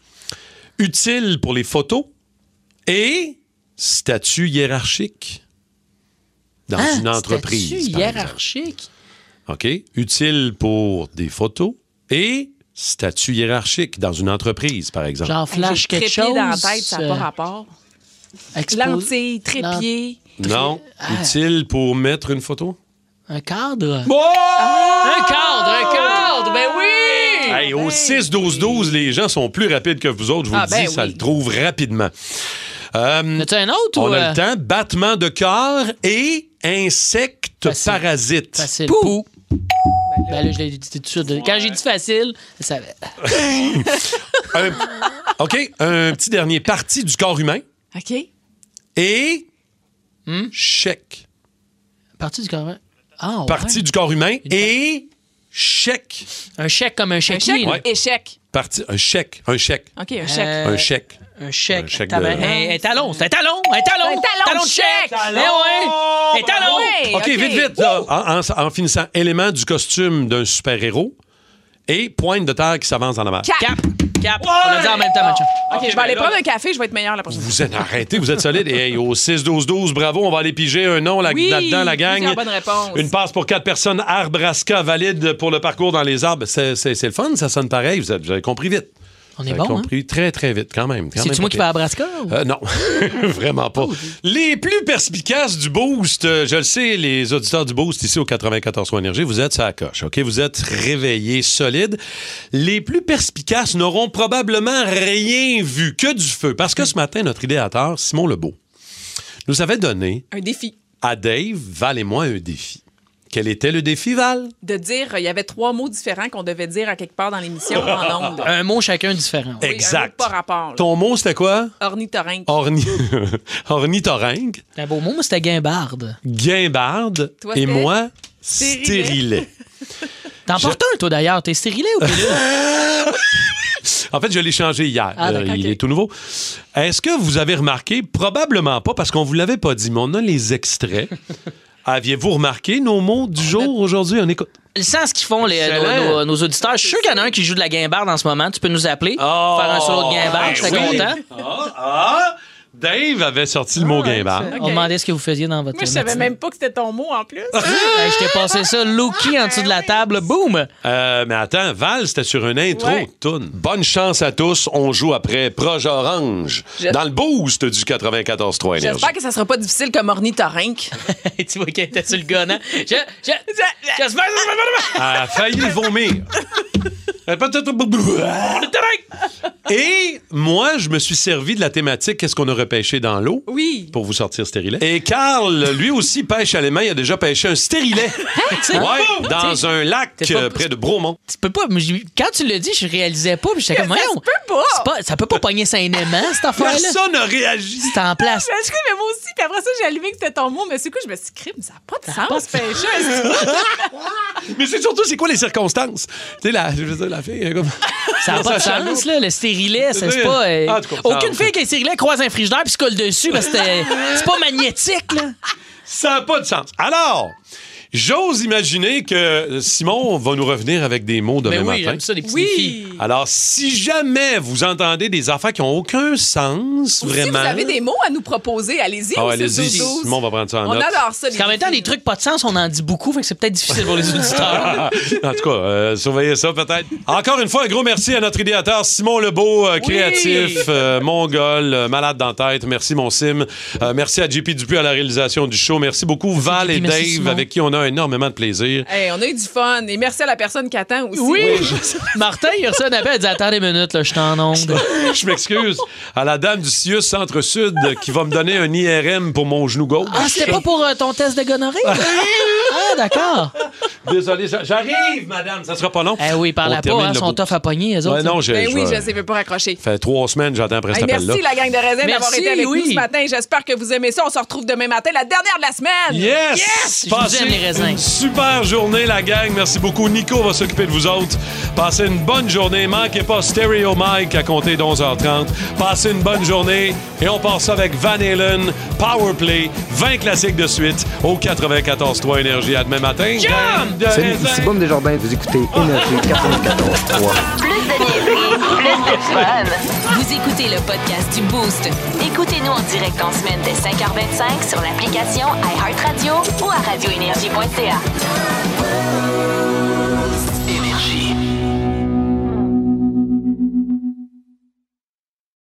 [SPEAKER 1] Utile pour les photos et statut hiérarchique dans
[SPEAKER 2] Hein?
[SPEAKER 1] une entreprise.
[SPEAKER 2] Statut
[SPEAKER 1] par exemple.
[SPEAKER 2] hiérarchique.
[SPEAKER 1] OK? Utile pour des photos et statut hiérarchique dans une entreprise, par exemple.
[SPEAKER 2] Genre flash
[SPEAKER 4] J'ai
[SPEAKER 2] quelque
[SPEAKER 4] trépied
[SPEAKER 2] chose. euh,
[SPEAKER 4] dans la tête, ça n'a pas rapport. Lentilles, trépied.
[SPEAKER 1] Non. Utile pour mettre une photo?
[SPEAKER 2] euh, ah. Un cadre.
[SPEAKER 1] Un
[SPEAKER 2] cadre, un cadre, ben oui!
[SPEAKER 1] Hey, au 6-12-12, les gens sont plus rapides que vous autres, je vous
[SPEAKER 2] Ah,
[SPEAKER 1] le
[SPEAKER 2] ben
[SPEAKER 1] dis, ça
[SPEAKER 2] oui.
[SPEAKER 1] le trouve rapidement. Euh,
[SPEAKER 2] un autre
[SPEAKER 1] On
[SPEAKER 2] ou,
[SPEAKER 1] a
[SPEAKER 2] euh,
[SPEAKER 1] le temps. Battement de cœur et insecte parasite.
[SPEAKER 2] Facile. Pou. Ben là, je l'ai dit tout de suite. Quand j'ai dit facile, ça savais.
[SPEAKER 1] Un- OK, un petit dernier. Partie du corps humain
[SPEAKER 4] OK.
[SPEAKER 1] et
[SPEAKER 2] Hmm?
[SPEAKER 1] chèque.
[SPEAKER 2] Partie du corps humain. Ah, ouais.
[SPEAKER 1] Partie du corps humain et chèque.
[SPEAKER 2] Un chèque comme un
[SPEAKER 4] Un
[SPEAKER 2] chèque.
[SPEAKER 4] chèque, échec.
[SPEAKER 1] Partie, un chèque, un chèque.
[SPEAKER 4] OK, un chèque.
[SPEAKER 1] Un chèque.
[SPEAKER 2] Euh, Un chèque.
[SPEAKER 1] Un chèque de-
[SPEAKER 2] Tabarnak. Un, un talon, c'est un talon, un talon.
[SPEAKER 4] Un talon de
[SPEAKER 2] de
[SPEAKER 4] chèque.
[SPEAKER 2] chèque.
[SPEAKER 4] Talon,
[SPEAKER 2] Eh ouais. Un talon.
[SPEAKER 4] bravo.
[SPEAKER 1] OK, vite, vite. là, en, en- en finissant, élément du costume d'un super-héros et pointe de terre qui s'avance dans la marche.
[SPEAKER 4] Cap.
[SPEAKER 2] Cap. Cap. On a dit en même temps, mon chum.
[SPEAKER 4] OK, ben je vais aller prendre un café, je vais être meilleur la prochaine fois.
[SPEAKER 1] Vous êtes arrêtés, vous êtes solides. Et hey, au 6-12-12, bravo, on va aller piger un nom là-
[SPEAKER 4] Oui,
[SPEAKER 1] là-dedans, la gang.
[SPEAKER 4] plusieurs bonnes réponses.
[SPEAKER 1] Une passe pour quatre personnes. Arbraska valide pour le parcours dans les arbres. C'est, c'est- c'est le fun, ça sonne pareil. Vous avez, vous avez compris vite.
[SPEAKER 2] On
[SPEAKER 1] Vous
[SPEAKER 2] est
[SPEAKER 1] avez
[SPEAKER 2] bon, hein?
[SPEAKER 1] compris très, très vite, quand même. quand même
[SPEAKER 2] C'est-tu moi
[SPEAKER 1] pas
[SPEAKER 2] qui
[SPEAKER 1] pire.
[SPEAKER 2] vais à Braska? ou-
[SPEAKER 1] Euh, non, vraiment pas. Les plus perspicaces du Boost, euh, je le sais, les auditeurs du Boost ici au 94 Soins Énergie, vous êtes à la coche, OK? Vous êtes réveillés, solides. Les plus perspicaces n'auront probablement rien vu, que du feu. Parce que ce matin, notre idéateur, Simon Lebeau, nous avait donné
[SPEAKER 4] Un défi.
[SPEAKER 1] à Dave, Val et moi un défi. Quel était le défi, Val?
[SPEAKER 4] De dire, euh, il y avait trois mots différents qu'on devait dire à quelque part dans l'émission
[SPEAKER 1] Euh,
[SPEAKER 4] en ondes.
[SPEAKER 2] Un mot chacun différent.
[SPEAKER 4] Ah Oui, un autre
[SPEAKER 1] exact.
[SPEAKER 4] Pas rapport. là.
[SPEAKER 1] Ton mot, c'était quoi?
[SPEAKER 4] Ornithorynque.
[SPEAKER 1] Orni... Ornithorynque.
[SPEAKER 2] C'est un beau mot, mais c'était guimbarde.
[SPEAKER 1] Guimbarde
[SPEAKER 2] Toi,
[SPEAKER 1] et
[SPEAKER 2] c'était
[SPEAKER 1] moi,
[SPEAKER 2] stérilet.
[SPEAKER 1] stérilet.
[SPEAKER 2] T'en
[SPEAKER 1] Je-
[SPEAKER 2] portes un, toi, d'ailleurs. T'es stérilé ou
[SPEAKER 1] En fait, je l'ai changé hier.
[SPEAKER 2] Ah, d'accord,
[SPEAKER 1] Euh, il
[SPEAKER 2] ok.
[SPEAKER 1] est tout nouveau. Est-ce que vous avez remarqué? Probablement pas, parce qu'on vous l'avait pas dit, mais on a les extraits. Aviez-vous remarqué nos mots du jour aujourd'hui? On écoute.
[SPEAKER 2] Ils savent ce qu'ils font, les, nos,
[SPEAKER 1] Excellent.
[SPEAKER 2] nos- nos auditeurs. Je suis sûr qu'il y en a un qui joue de la guimbarde en ce moment. Tu peux nous appeler. faire un solo de guimbarde. hein? Je
[SPEAKER 1] Oh, ben
[SPEAKER 2] serais
[SPEAKER 1] oui.
[SPEAKER 2] content.
[SPEAKER 1] Ah, ah! Dave avait sorti le
[SPEAKER 2] Ah,
[SPEAKER 1] mot guimbarde.
[SPEAKER 2] On demandait ce que vous faisiez dans votre
[SPEAKER 4] Moi, je savais
[SPEAKER 2] matinée.
[SPEAKER 4] même pas que c'était ton mot en plus.
[SPEAKER 2] Hey, Ben, je t'ai passé ça, Lookie, en dessous de la table. Boum!
[SPEAKER 1] Euh, mais attends, Val, c'était sur une intro
[SPEAKER 2] Ouais.
[SPEAKER 1] de toune. Bonne chance à tous. On joue après Proche Orange
[SPEAKER 4] Je-
[SPEAKER 1] dans le boost du 94-3 Énergie.
[SPEAKER 4] J'espère que ça sera pas difficile comme ornithorynque.
[SPEAKER 2] tu vois qu'elle était sur le gun, hein? Je- je- je- J'espère
[SPEAKER 1] Elle a failli vomir. Elle a pas tout- Et moi, je me suis servi de la thématique Qu'est-ce qu'on a repêché dans l'eau
[SPEAKER 4] Oui.
[SPEAKER 1] pour vous sortir stérilet. Et Carl, lui aussi, pêche à l'aimant. Il a déjà pêché un stérilet
[SPEAKER 4] Hein?
[SPEAKER 2] T'sais,
[SPEAKER 1] ouais, dans
[SPEAKER 2] t'sais,
[SPEAKER 1] un lac
[SPEAKER 2] t'es pas-
[SPEAKER 1] euh, près de Bromont.
[SPEAKER 2] Tu peux pas. mais j'ai- Quand tu l'as dit, je réalisais pas. puis J'étais comme, voyons. c'est pas- Ça peut pas pogner saint aimant cette affaire-là.
[SPEAKER 1] Personne n'a réagi.
[SPEAKER 2] C'est en place.
[SPEAKER 4] Je suis mais moi aussi. Puis après ça, j'ai allumé que c'était ton mot. Mais c'est quoi, je me suis dit, crime, ça n'a pas de sens, pêcheuse.
[SPEAKER 1] Mais c'est surtout, c'est quoi les circonstances? Tu sais, la, je veux dire, la fille, elle est comme-
[SPEAKER 2] Ça n'a pas de
[SPEAKER 1] Ça change.
[SPEAKER 2] sens, là. Le stérilet, ça, c'est
[SPEAKER 1] Oui.
[SPEAKER 2] pas. euh,
[SPEAKER 1] Ah, en tout cas, ça-
[SPEAKER 2] aucune fille qui a un stérilet croise un frigidaire puis se colle dessus parce que euh, c'est pas magnétique, là.
[SPEAKER 1] Ça n'a pas de sens. Alors, j'ose imaginer que Simon va nous revenir avec des mots demain
[SPEAKER 2] Mais Ben oui,
[SPEAKER 1] matin.
[SPEAKER 2] j'aime ça, les petits défis.
[SPEAKER 1] Alors, si jamais vous entendez des affaires qui n'ont aucun sens,
[SPEAKER 4] Si vous
[SPEAKER 1] vraiment.
[SPEAKER 4] avez des mots à nous proposer, allez-y.
[SPEAKER 1] Ah,
[SPEAKER 4] au
[SPEAKER 1] allez-y,
[SPEAKER 4] 6-12-12.
[SPEAKER 1] Simon va prendre ça en
[SPEAKER 4] On
[SPEAKER 1] note.
[SPEAKER 4] adore ça. les
[SPEAKER 2] Parce qu'en même temps, les trucs pas de sens, on en dit beaucoup, fait que c'est peut-être difficile pour les auditeurs.
[SPEAKER 1] en tout cas, euh, surveillez ça peut-être. Encore une fois, un gros merci à notre idéateur Simon Lebeau, euh, créatif, euh, mongol, euh, malade dans la tête. Merci, mon Sim. Euh, merci à JP Dupuis à la réalisation du show. Merci beaucoup, Val
[SPEAKER 4] JP,
[SPEAKER 1] et
[SPEAKER 4] merci,
[SPEAKER 1] Dave,
[SPEAKER 4] Simon.
[SPEAKER 1] avec qui on a énormément de plaisir.
[SPEAKER 4] Hey, on a eu du fun. Et merci à la personne qui attend aussi.
[SPEAKER 2] Oui! Martin, il a reçu un appel, il dit Attends des minutes, là, je suis en onde.
[SPEAKER 1] Je m'excuse à la dame du CIUS Centre-Sud euh, qui va me donner un IRM pour mon genou gauche.
[SPEAKER 2] Ah, c'était pas pour euh, ton test de gonorrhée? ah, d'accord.
[SPEAKER 1] Désolé, j'a- j'arrive, madame. Ça sera pas long.
[SPEAKER 2] Eh oui, parle
[SPEAKER 1] On
[SPEAKER 2] à pas,
[SPEAKER 1] termine
[SPEAKER 2] hein,
[SPEAKER 1] le
[SPEAKER 2] sont
[SPEAKER 1] bout.
[SPEAKER 2] tough à pogner, eux autres.
[SPEAKER 1] Ouais,
[SPEAKER 2] là.
[SPEAKER 1] non, j'ai-
[SPEAKER 4] Ben oui,
[SPEAKER 1] je-
[SPEAKER 4] je sais, je veux pas raccrocher.
[SPEAKER 1] fait trois semaines, j'attends après
[SPEAKER 4] Hey,
[SPEAKER 1] cet appel-là.
[SPEAKER 4] merci la gang de raisin d'avoir
[SPEAKER 2] Merci,
[SPEAKER 4] été avec
[SPEAKER 2] Louis.
[SPEAKER 4] nous ce matin. J'espère que vous aimez ça. On se retrouve demain matin, la dernière de la semaine.
[SPEAKER 1] Yes!
[SPEAKER 4] Yes!
[SPEAKER 1] Passez une super journée, la gang. Merci beaucoup. Nico va s'occuper de vous autres. Passez une bonne journée. Manquez pas Stereo Mike à compter d'11h30. Passez une bonne journée. Et on part ça avec Van Halen, Powerplay, 20 classiques de suite au 94.3 Énergie. À demain matin. Gang de
[SPEAKER 20] Salut,
[SPEAKER 1] raisin.
[SPEAKER 20] ici Baume Desjardins, vous écoutez Énergie 94.3.
[SPEAKER 10] Plus de niaiseries, plus de fun. Vous écoutez le podcast du Boost. Écoutez-nous en direct en semaine dès 5h25 sur l'application iHeartRadio ou à radioénergie.ca.